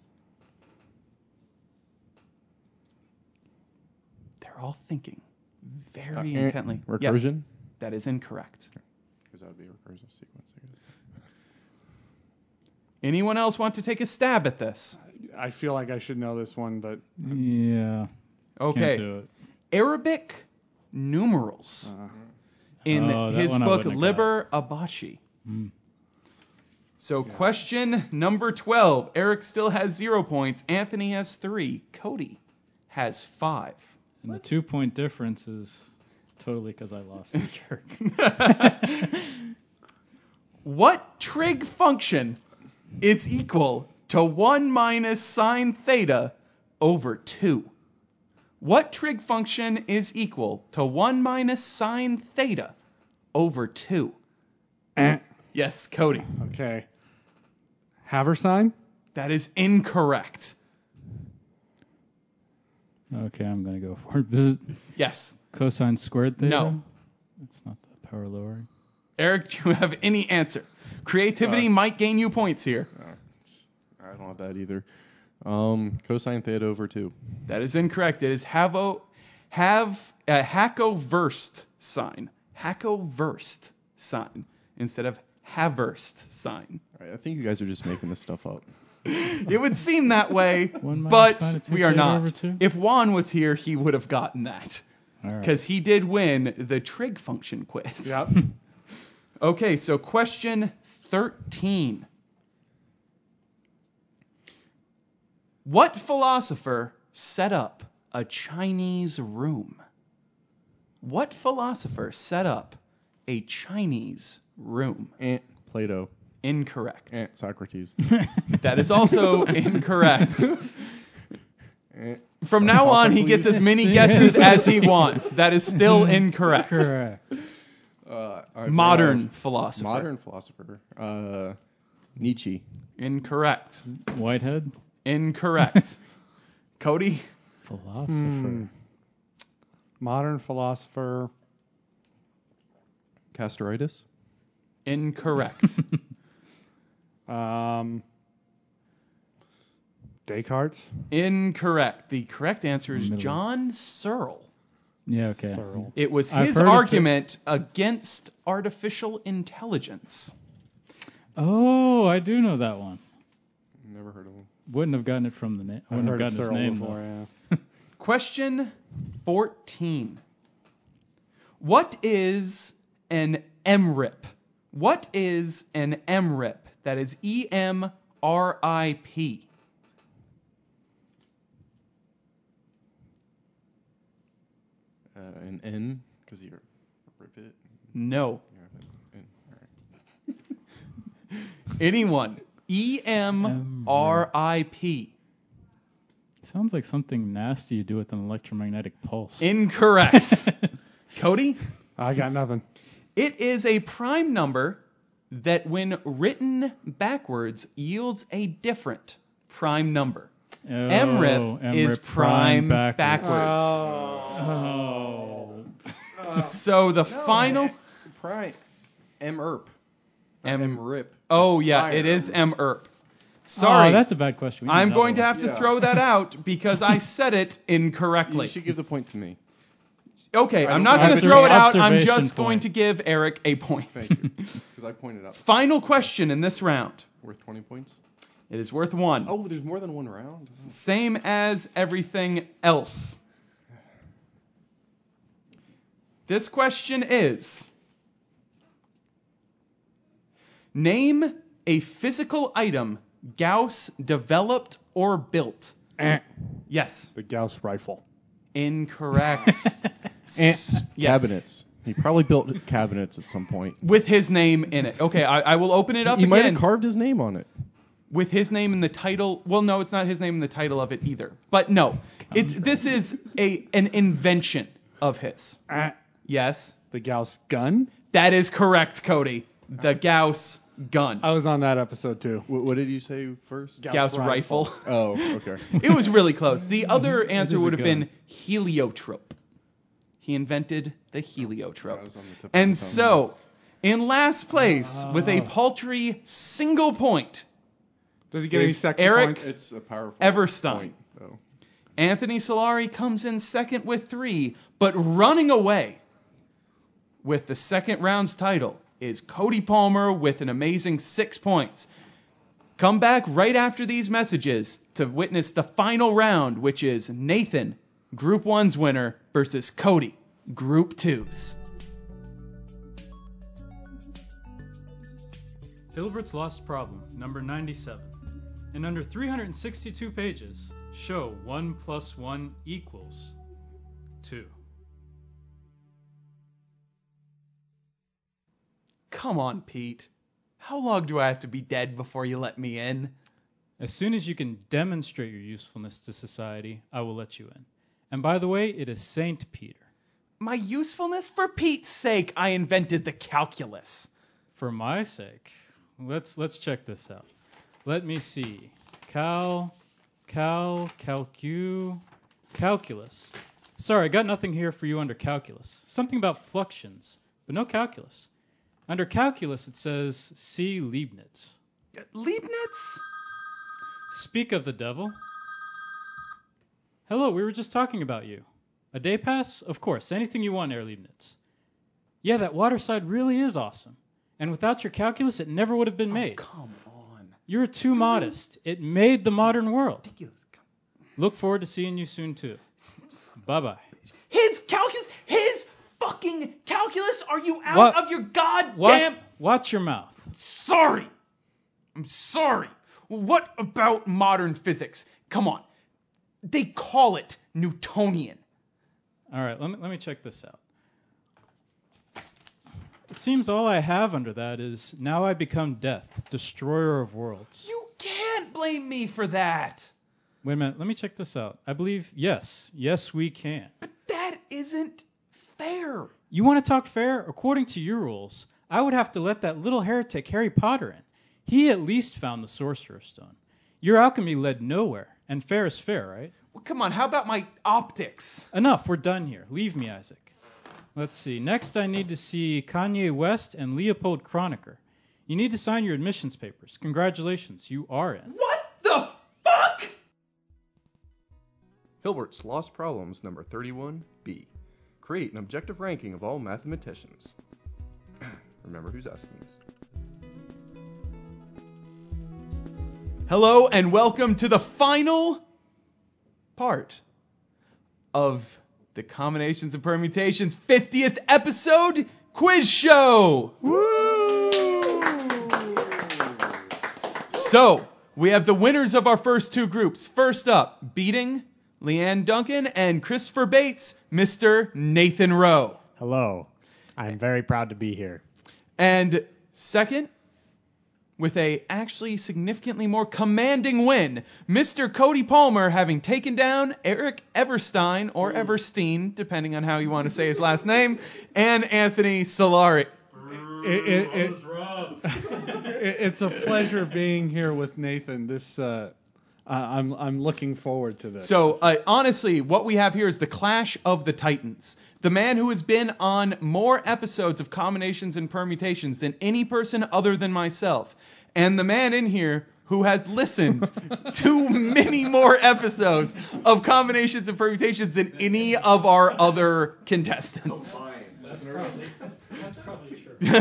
S1: They're all thinking very intently. Yes.
S4: Recursion?
S1: That is incorrect.
S4: Because that would be a recursive sequence, I guess.
S1: Anyone else want to take a stab at this?
S5: I feel like I should know this one, but
S10: Yeah. Can't
S1: Okay.
S10: do it. Uh-huh.
S1: Arabic numerals in
S10: Oh, that
S1: his
S10: one I
S1: book
S10: wouldn't have Hmm.
S1: Liber Abaci. So, question number 12. Eric still has zero points. Anthony has three. Cody has five.
S10: And the two point difference is totally because I lost the jerk.
S1: What trig function is equal to 1 minus sine theta over 2? What trig function is equal to 1 minus sine theta over 2? yes, Cody.
S5: okay. Haversine.
S1: That is incorrect.
S10: Okay, I'm gonna go for it. This is
S1: Yes.
S10: cosine squared theta.
S1: No.
S10: That's not the power lowering.
S1: Eric, do you have any answer? Creativity might gain you points here.
S4: I don't have that either. Um, cosine theta over 2.
S1: That is incorrect. It is havo, uh, have a hackoversed sign. Hackoversed sign instead of haverst sign.
S6: All right, I think you guys are just making this stuff up.
S1: It would seem that way,
S9: One minus sign
S1: but
S9: at two
S1: we are
S9: gave over
S1: not.
S9: two?
S1: If Juan was here, he would have gotten that
S9: All right.
S1: because he did win the trig function quiz.
S11: Yep.
S1: Okay, so question 13. What philosopher set up a Chinese room? What philosopher set up a Chinese room?
S6: Ant, Plato,
S1: Incorrect.
S6: Ant, Socrates.
S1: That is also incorrect. From now on, he gets as many guesses as he wants. That is still incorrect.
S9: Correct.
S6: Uh,
S1: Modern philosopher.
S6: Modern philosopher. Uh, Nietzsche.
S1: Incorrect.
S9: Whitehead.
S1: Incorrect. Cody?
S9: Philosopher.
S11: Modern philosopher.
S6: Castoritis.
S1: Incorrect.
S11: Um, Descartes.
S1: Incorrect. The correct answer is
S9: Middle.
S1: John Searle.
S9: Yeah. Okay.
S11: Searle.
S1: It was
S9: I've
S1: his
S9: heard of
S1: argument against artificial intelligence.
S9: Oh, I do know that one.
S6: Never heard of him.
S9: Wouldn't have gotten it from the name. Wouldn't have
S11: heard of
S9: gotten his
S11: Searle
S9: name
S11: before,
S9: though.
S11: Oh, yeah.
S1: Question 14. What is an MRIP? What is an MRIP? That is E M R I P.
S6: Uh, an N, because you're rip it.
S1: No.
S6: You're an N. All right.
S1: Anyone. E M R I P.
S9: Sounds like something nasty you do with an electromagnetic pulse.
S1: Incorrect. Cody?
S11: I got nothing.
S1: It is a prime number that, when written backwards, yields a different prime number.
S9: Oh,
S1: MRIP is
S9: MRIP
S1: prime backwards.
S9: Oh.
S1: So the final
S6: Prime. M. Erp.
S1: M.
S6: Rip.
S1: Oh yeah, it is M. Erp. Sorry,
S9: Oh, that's a bad question. We need
S1: I'm
S9: another
S1: going to
S9: one.
S1: have to throw that out because I said it
S6: You
S1: incorrectly.
S6: should give the point to me.
S1: Okay, I'm not
S9: know.
S1: going to throw it out. I'm
S9: Observation
S1: just going
S9: point.
S1: to give Eric a point.
S6: Thank you. Because I pointed out
S1: Final question in this round.
S6: worth 20 points.
S1: It is worth one.
S6: Oh, there's more than one round.
S1: Same as everything else. This question is Name a physical item Gauss developed or built.
S11: Eh.
S1: Yes.
S11: The Gauss rifle.
S1: Incorrect.
S6: Eh.
S1: S- yes.
S6: Cabinets. He probably built cabinets at some point.
S1: With his name in it. Okay, I, I will open it up
S6: He might
S1: again.
S6: have carved his name on it.
S1: with his name in the title. Well, no, it's not his name in the title of it either. But no, it's this is a an invention of his.
S11: Eh.
S1: Yes,
S11: The Gauss gun.
S1: that is correct, Cody. The Gauss gun,
S11: I
S5: Oh,
S11: was on that episode too.
S6: What, what did you say first?
S1: Gauss rifle.
S6: Oh, okay.
S1: it was really close. The other answer
S9: is a
S1: would have
S9: gun.
S1: been heliotrope. He invented the heliotrope.
S6: was on the tip of my
S1: And
S6: tongue.
S1: so, in last place with a paltry single point,
S11: Does he get any
S1: Is
S11: second
S1: Eric-
S11: points?
S6: it's a powerful
S1: Everstein.
S6: point, though.
S1: Anthony Solari comes in second with three, but running away with the second round's title is Cody Palmer with an amazing six points. Come back right after these messages to witness the final round, which is Nathan, Group 1's winner, versus Cody, Group 2's.
S5: Hilbert's Lost Problem, number 97. In under 362 pages, show 1 plus 1 equals 2.
S1: Come on, Pete. How long do I have to be dead before you let me in?
S5: As soon as you can demonstrate your usefulness to society, I will let you in. And by the way, it is St. Peter.
S1: My usefulness? For Pete's sake, I invented the calculus.
S5: For my sake, let's let's check this out. Let me see. Cal cal calcu calculus. Sorry, I got nothing here for you under calculus. Something about fluxions, but no calculus. Under calculus it says see Leibniz.
S1: Leibniz?
S5: Speak of the devil. Hello, we were just talking about you. A day pass? Of course, anything you want, Air Leibniz. Yeah, that waterside really is awesome.
S12: And without your calculus, it never would have been made. Oh, Come on. You're too modest. It made the modern world. Look forward to seeing you soon, too. Bye bye.
S13: His calculus, his fucking calculus. Are you out
S12: What?
S13: of your goddamn?
S12: Watch, watch your mouth.
S1: Sorry. I'm sorry. What about modern physics? Come on. They call it Newtonian.
S12: All right, let me, let me check this out. It seems all I have under that is now I become death, destroyer of worlds.
S1: You can't blame me for that.
S12: Wait a minute, let me check this out. I believe, yes, yes, we can.
S1: That isn't fair.
S12: You want to talk fair? According to your rules, I would have to let that little heretic Harry Potter in. He at least found the Sorcerer's Stone. Your alchemy led nowhere, and fair is fair, right?
S1: Well, come on, how about my optics?
S12: Enough, we're done here. Leave me, Isaac. Let's see. Next, I need to see Kanye West and Leopold Kronecker. You need to sign your admissions papers. Congratulations, you are in.
S14: Hilbert's Lost Problems number 31b. Create an objective ranking of all mathematicians. Remember who's asking this.
S1: Hello and welcome to the final part of the Combinations and Permutations 50th episode quiz show. So, we have the winners of our first two groups. First up, beating Leanne Duncan and Christopher Bates, Mr. Nathan Rowe.
S6: Hello. I'm very proud to be here.
S1: And second, with a actually significantly more commanding win, Mr. Cody Palmer having taken down Eric Everstein or Everstein, depending on how you want to say his last name, and Anthony Solari.
S5: It- it- it- It- it's a pleasure being here with Nathan. This uh, I- I'm I'm looking forward to this.
S1: So uh, honestly, what we have here is the clash of the titans. The man who has been on more episodes of combinations and permutations than any person other than myself, and the man in here who has listened to many more episodes of combinations and permutations than any of our other contestants.
S12: That's probably true.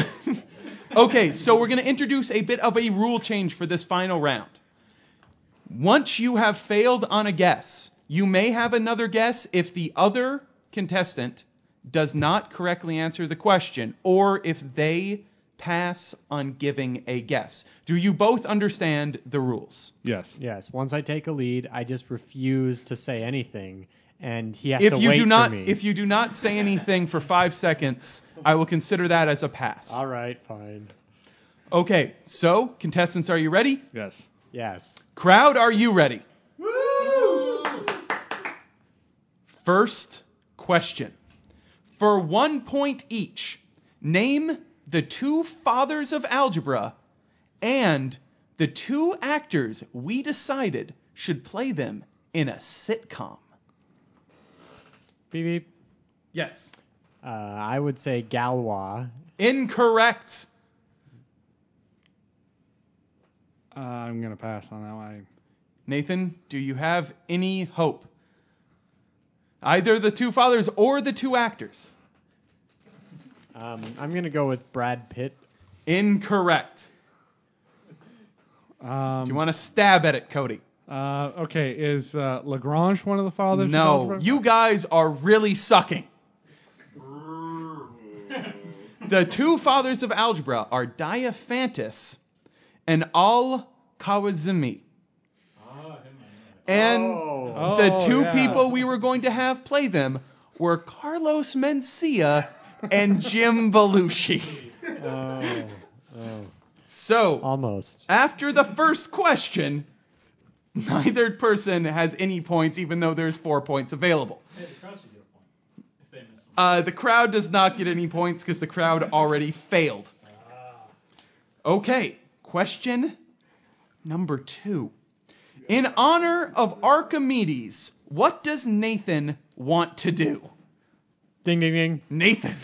S1: okay, so we're going to introduce a bit of a rule change for this final round. Once you have failed on a guess, you may have another guess if the other contestant does not correctly answer the question or if they pass on giving a guess. Do you both understand the rules?
S5: Yes.
S6: Yes. Once I take a lead, I just refuse to say anything, and he has
S1: If
S6: to
S1: you
S6: wait
S1: do not
S6: for me.
S1: if you do not say anything for 5 seconds, I will consider that as a pass.
S6: All right, fine.
S1: Okay, so contestants are you ready?
S5: Yes.
S6: Yes.
S1: Crowd, are you ready? First question. For one point each, name the two fathers of algebra and the two actors we decided should play them in a sitcom.
S6: Beep beep.
S1: Yes.
S6: Uh, I would say Galois.
S1: Incorrect.
S5: Uh, I'm gonna pass on that one.
S1: Nathan, do you have any hope? Either the two fathers or the two actors.
S6: Um, I'm gonna go with Brad Pitt.
S1: Incorrect.
S5: Um,
S1: Do you want to stab at it, Cody?
S5: Uh, okay, is uh, Lagrange one of the fathers? of
S1: No,
S5: algebra?
S1: you guys are really sucking. the two fathers of algebra are Diophantus and Al-Khwarizmi. And the
S5: Oh,
S1: two
S5: yeah.
S1: people we were going to have play them were Carlos Mencia and Jim Belushi.
S6: Oh, oh.
S1: So,
S6: almost.
S1: After the first question, neither person has any points, even though there's four points available. Uh, the crowd does not get any points because the crowd already failed. Okay, question number two. In honor of Archimedes, what does Nathan want to do?
S6: Ding ding ding.
S1: Nathan.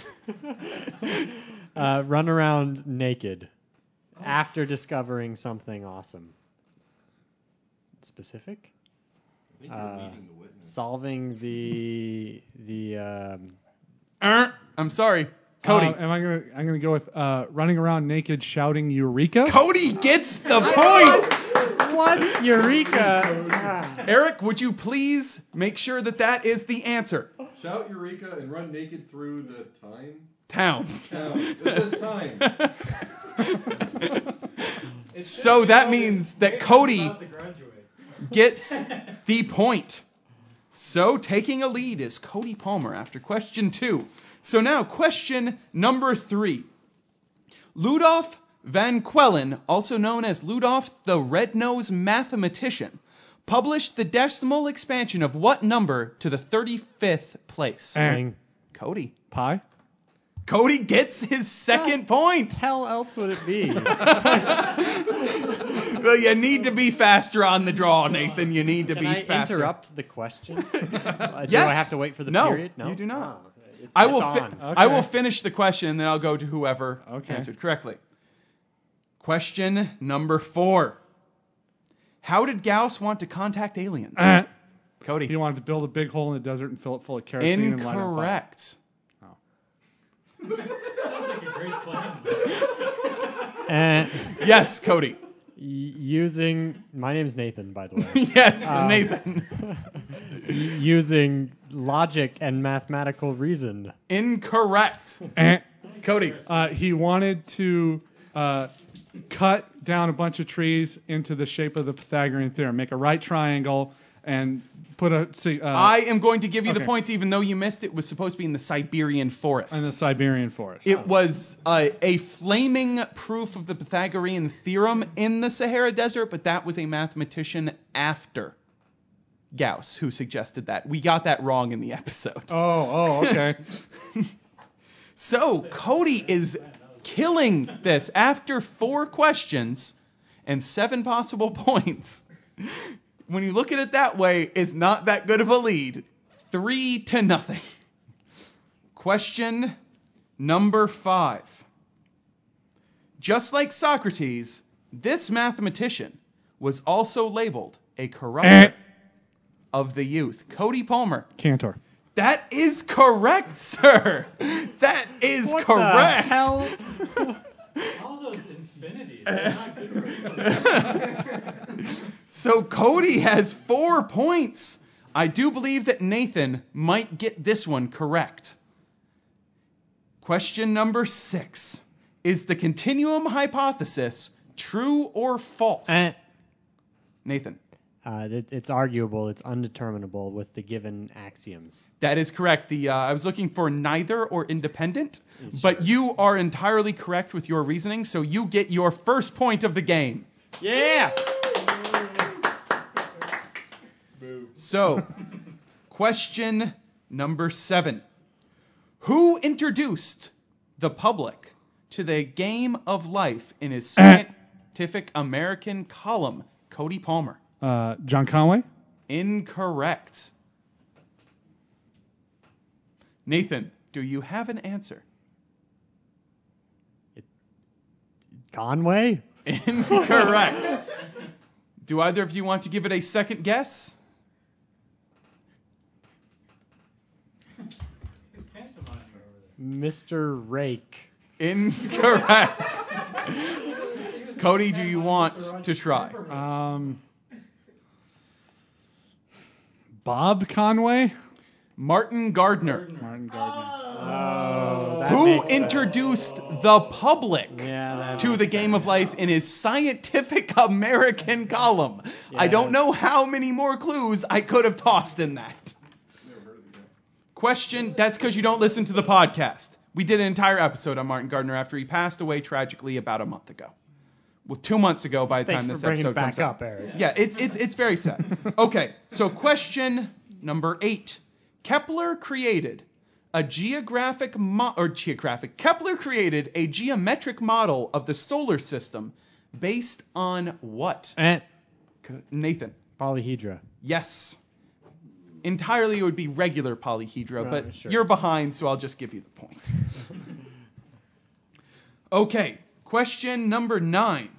S6: Uh, run around naked after discovering something awesome. Specific. Uh, solving the the um,
S1: Er, I'm sorry. Cody.
S5: Uh, am I gonna? I'm gonna go with uh, running around naked, shouting "Eureka."
S1: Cody gets the point.
S6: What? Eureka.
S1: Eric, would you please make sure that that is the answer?
S5: Shout "Eureka" and run naked through the time.
S1: Town.
S5: This is time.
S1: So that means that Cody gets the point. So taking a lead is Cody Palmer after question two. So now question number three. Ludolf van Quellen, also known as Ludolf the Red-Nosed Mathematician, published the decimal expansion of what number to the 35th place?
S6: Ang.
S1: Cody.
S6: Pi.
S1: Cody gets his second point.
S6: Hell else would it be?
S1: Well, you need to be faster on the draw, Nathan. You need to
S6: Can
S1: be
S6: I
S1: faster.
S6: interrupt the question? Uh, Do
S1: Yes.
S6: I have to wait for the
S1: No,
S6: period? No,
S1: you do not.
S6: Oh, it's,
S1: I
S6: it's
S1: will. Fi-
S6: on.
S1: I will finish the question, and then I'll go to whoever answered correctly. Question number four: How did Gauss want to contact aliens? Cody.
S5: Uh, He wanted to build a big hole in the desert and fill it full of kerosene and light it on fire.
S1: Incorrect.
S6: Eh,
S1: Yes, Cody.
S6: y- using my name's Nathan, by the way.
S1: Yes,
S6: Um,
S1: Nathan.
S6: y- using logic and mathematical reason.
S1: Incorrect.
S5: Eh.
S1: Cody.
S5: Uh, he wanted to uh, cut down a bunch of trees into the shape of the Pythagorean theorem, make a right triangle, and put a si- uh,
S1: I am going to give you the
S5: okay.
S1: points, even though you missed it. Was supposed to be in the Siberian forest.
S5: in the Siberian forest.
S1: It was uh, a flaming proof of the Pythagorean theorem in the Sahara Desert, but that was a mathematician after Gauss who suggested that. We got that wrong in the episode.
S5: Oh, oh, okay.
S1: So Cody is killing this after four questions and seven possible points. When you look at it that way, it's not that good of a lead. Three to nothing. Question number five. Just like Socrates, this mathematician was also labeled a corrupter of the youth. Cody Palmer,
S5: Cantor.
S1: that is correct, sir. That is correct.
S12: All those infinities. They're not good for you.
S1: So Cody has four points. I do believe that Nathan might get this one correct. Question number six Is the continuum hypothesis true or false?
S6: Eh.
S1: Nathan.
S6: Uh, it, it's arguable. It's undeterminable with the given axioms.
S1: That is correct. The uh, I was looking for neither or independent, but you are entirely correct with your reasoning, so you get your first point of the game.
S6: Yeah.
S1: So, question number seven Who introduced the public to the game of life in his Scientific American column? Cody Palmer.
S5: Uh, John Conway.
S1: Incorrect. Nathan, do you have an answer?
S6: Conway.
S1: Incorrect. do either of you want to give it a second guess?
S6: Mr. Rake.
S1: Incorrect. Cody, do you want to try?
S5: Um, Bob Conway.
S1: Martin Gardner.
S5: Martin Gardner.
S6: Oh, that
S1: Who
S6: makes-
S1: introduced the public
S6: Yeah, that
S1: to
S6: makes
S1: the game of life in his Scientific American column? I don't
S6: Yes.
S1: know how many more clues I could have tossed in that. Question That's because you don't listen to the podcast. We did an entire episode on Martin Gardner after he passed away tragically about a month ago. Well, two months ago by the
S6: Thanks
S1: time
S6: for
S1: this
S6: bringing
S1: episode
S6: it back
S1: comes out.
S6: up, Eric.
S1: Yeah, it's it's it's very sad. Okay, so question number eight: Kepler created a geographic mo- or geographic Kepler created a geometric model of the solar system based on what?
S6: Eh,
S1: Nathan.
S6: polyhedra.
S1: Yes. Entirely, it would be regular polyhedra,
S6: Right,
S1: but
S6: sure.
S1: you're behind, so I'll just give you the point. okay, question number nine.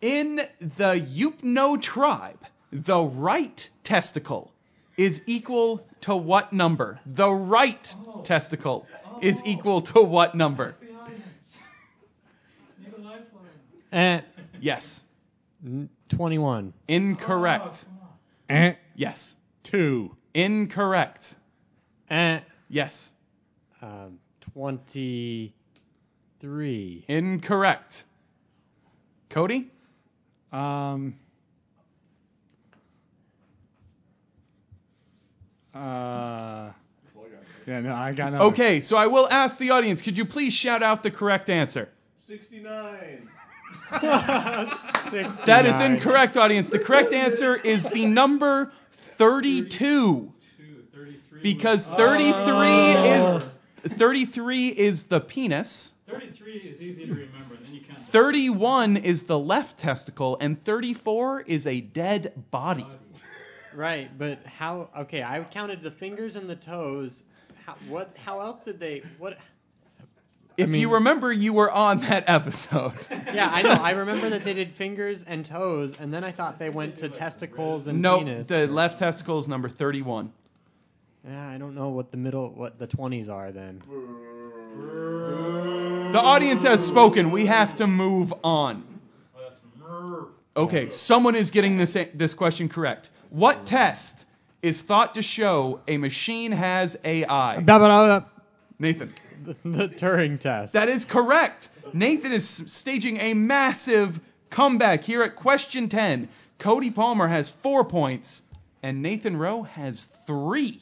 S1: In the Yupno tribe, the right testicle is equal to what number? The right testicle is equal to what number?
S6: Eh.
S1: Yes.
S6: 21.
S1: Incorrect.
S6: Eh.
S1: Yes.
S6: Two.
S1: Incorrect.
S6: Eh.
S1: Yes.
S6: Um, 23.
S1: Incorrect. Cody?
S5: Um. Uh. Yeah, no, I got no.
S1: Okay, so I will ask the audience could you please shout out the correct answer?
S13: 69.
S1: That is incorrect, audience. The correct answer is the number 32. Because 33 is 33 is the penis.
S12: 33 is easy to remember, and then you count.
S1: 31 is the left testicle and 34 is a dead body.
S6: Right, but how? Okay, I counted the fingers and the toes. How, what? How else did they? What?
S1: If you remember you were on that episode.
S6: Yeah, I know. I remember that they did fingers and toes, and then I thought they went to testicles and
S1: No,
S6: penis.
S1: the left testicle is number 31.
S6: Yeah, I don't know what the middle, what the twenties are then.
S1: The audience has spoken. We have to move on. Okay, someone is getting this this question correct. What test is thought to show a machine has AI? Nathan.
S6: The, the Turing test.
S1: That is correct. Nathan is staging a massive comeback here at question 10. Cody Palmer has four points, and Nathan Rowe has three.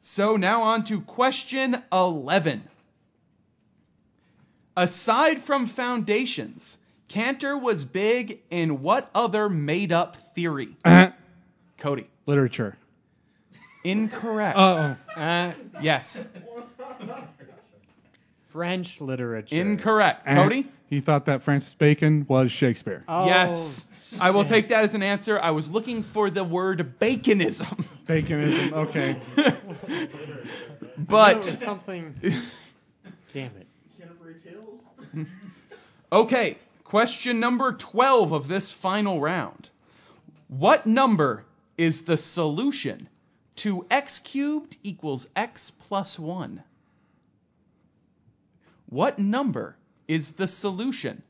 S1: So now on to question 11. Aside from foundations, Cantor was big in what other made up theory? Cody.
S5: Literature.
S1: Incorrect.
S5: Uh-oh.
S6: Uh,
S1: yes.
S6: French literature.
S1: Incorrect.
S5: Eh.
S1: Cody?
S5: He thought that Francis Bacon was Shakespeare.
S6: Oh,
S1: yes.
S5: Oh,
S1: I will take that as an answer. I was looking for the word baconism,
S5: Baconism. Okay.
S6: I knew it was
S1: but
S6: something. Damn it.
S13: Canterbury Tales?
S1: okay. Question number 12 of this final round. What number is the solution to x cubed equals x plus 1? What number is the solution?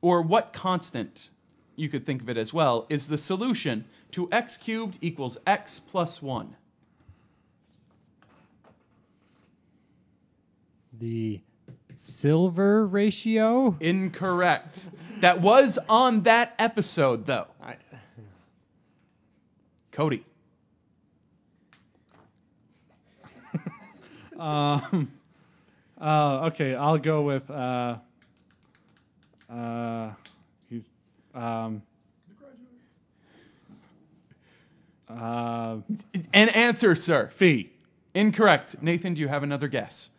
S1: Or what constant, you could think of it as well, is the solution to x cubed equals x plus 1?
S6: The silver ratio.
S1: Incorrect. That was on that episode, though. Cody.
S5: Um, uh, okay, I'll go with. Uh, uh, he's, um, uh,
S1: An answer, sir.
S5: Fee.
S1: Incorrect. Nathan, do you have another guess?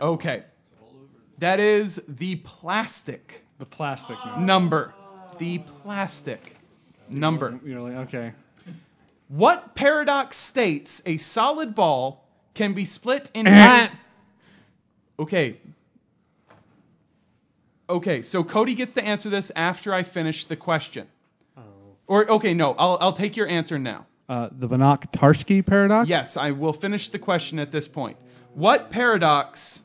S1: Okay. That is the plastic
S5: the plastic number.
S12: Ah.
S1: number. The plastic number.
S5: You're like, okay.
S1: What paradox states a solid ball can be split into.
S6: Eh.
S1: okay. Okay, so Cody gets to answer this after I finish the question.
S6: oh,
S1: Or, okay, no, I'll, I'll take your answer now.
S5: Uh, the Banach Tarski paradox?
S1: Yes, I will finish the question at this point. What paradox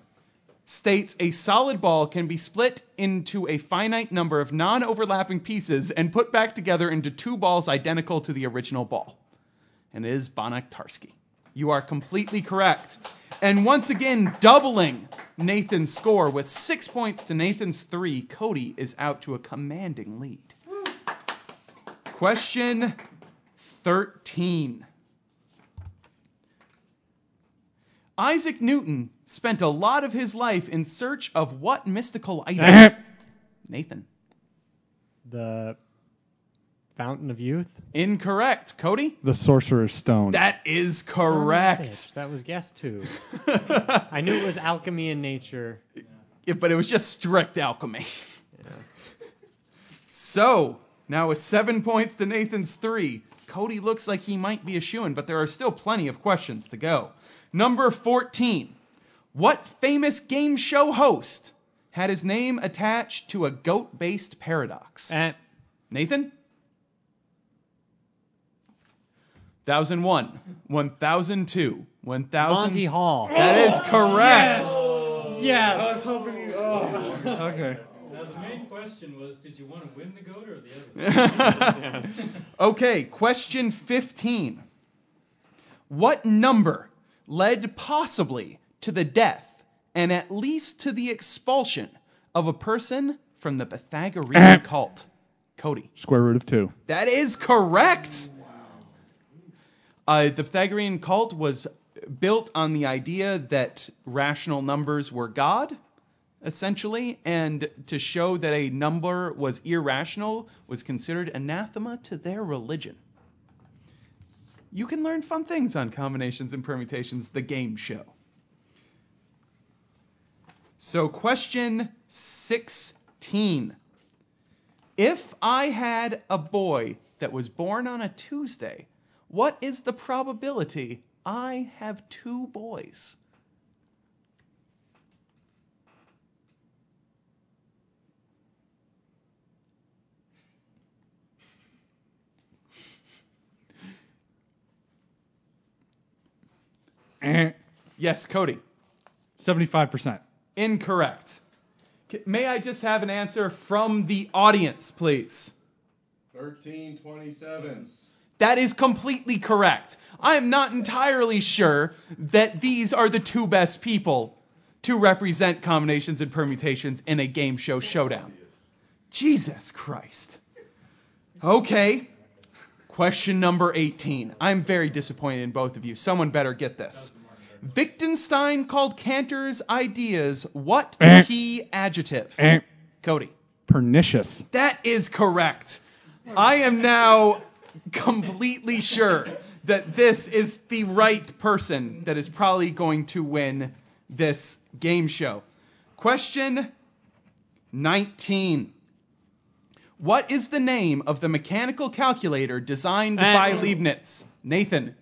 S1: states a solid ball can be split into a finite number of non overlapping pieces and put back together into two balls identical to the original ball? And it is Bonaktarsky. You are completely correct. And once again, doubling Nathan's score with six points to Nathan's three, Cody is out to a commanding lead. Question 13. Isaac Newton spent a lot of his life in search of what mystical item? Nathan.
S6: The Fountain of Youth.
S1: Incorrect. Cody?
S5: The Sorcerer's Stone.
S1: That is
S6: Son of a
S1: correct.
S6: bitch, That was guess two. I knew it was alchemy in nature.
S1: Yeah, but it was just strict alchemy. So, now with seven points to Nathan's three, Cody looks like he might be a shoo in, but there are still plenty of questions to go. Number 14. What famous game show host had his name attached to a goat based paradox?
S6: Eh,
S1: Nathan? 1001, 1002, 1000.
S6: Monty Hall.
S1: That is correct.
S12: Yes.
S13: I was hoping you. Oh.
S12: okay. Now the main question was, did you want to win the goat or the
S1: Okay, question 15. What number led possibly to the death and at least to the expulsion of a person from the Pythagorean cult? Cody.
S5: Square root of two.
S1: That is correct. Uh, the Pythagorean cult was built on the idea that rational numbers were God, essentially, and to show that a number was irrational was considered anathema to their religion. You can learn fun things on Combinations and Permutations, the game show. So, question 16. If I had a boy that was born on a Tuesday, what is the probability I have two boys?
S5: Eh,
S12: other?
S1: yes, Cody.
S12: Seventy-five percent.
S1: Incorrect. C- May I just have an answer from the audience, please?
S5: 1327.
S1: That is completely correct. I am not entirely sure that these are the two best people to represent combinations and permutations in a game show showdown. Jesus Christ. Okay. Question number 18. I'm very disappointed in both of you. Someone better get this. Wittgenstein called Cantor's ideas what
S5: Eh.
S1: key adjective?
S5: Eh.
S1: Cody.
S5: Pernicious.
S1: That is correct. I am now completely sure that this is the right person that is probably going to win this game show. Question 19. What is the name of the mechanical calculator designed
S5: Eh.
S1: by Leibniz? Nathan.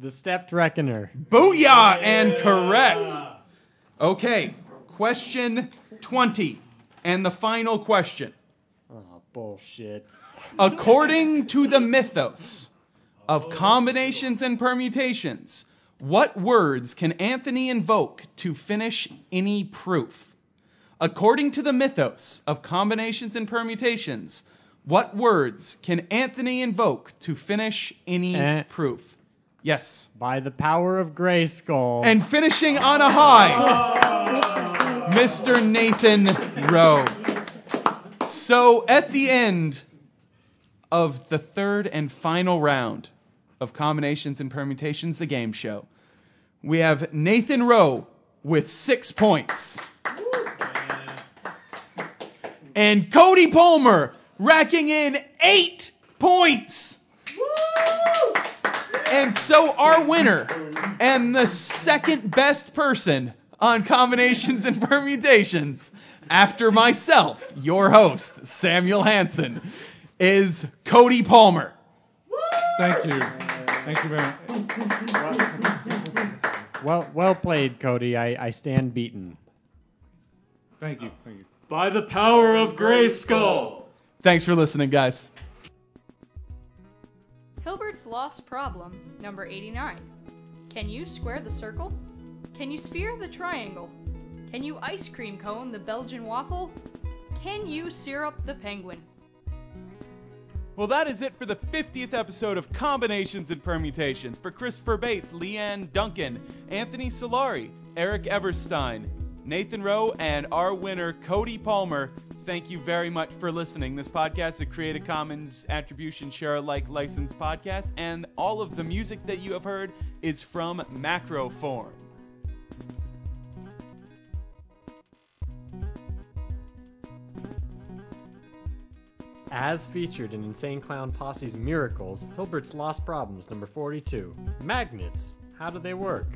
S6: The stepped reckoner.
S1: Booyah! And correct. Okay, question 20. And the final question.
S6: Oh, bullshit.
S1: According to the mythos of combinations and permutations, what words can Anthony invoke to finish any proof? According to the mythos of combinations and permutations, what words can Anthony invoke to finish any
S6: Eh.
S1: proof? Yes.
S6: By the power of Grayskull.
S1: And finishing on a high, Mr. Nathan Rowe. So at the end of the third and final round of Combinations and Permutations, the game show, we have Nathan Rowe with six points. And Cody Palmer racking in eight points. And so our winner and the second best person on combinations and permutations after myself, your host, Samuel Hansen, is Cody Palmer.
S12: Thank you. Thank you very much.
S6: Well, well played, Cody. I, I stand beaten.
S12: Thank you. Thank you.
S5: By the power of Grayskull.
S1: Thanks for listening, guys.
S2: Hilbert's Lost Problem, number 89. Can you square the circle? Can you sphere the triangle? Can you ice cream cone the Belgian waffle? Can you syrup the penguin?
S1: Well, that is it for the 50th episode of Combinations and Permutations. For Christopher Bates, Leanne Duncan, Anthony Solari, Eric Everstein, Nathan Rowe, and our winner, Cody Palmer, thank you very much for listening. This podcast is a Creative Commons Attribution Share Alike licensed podcast, and all of the music that you have heard is from Macroform.
S6: As featured in Insane Clown Posse's Miracles, Hilbert's Lost Problems, number 42. Magnets. How do they work?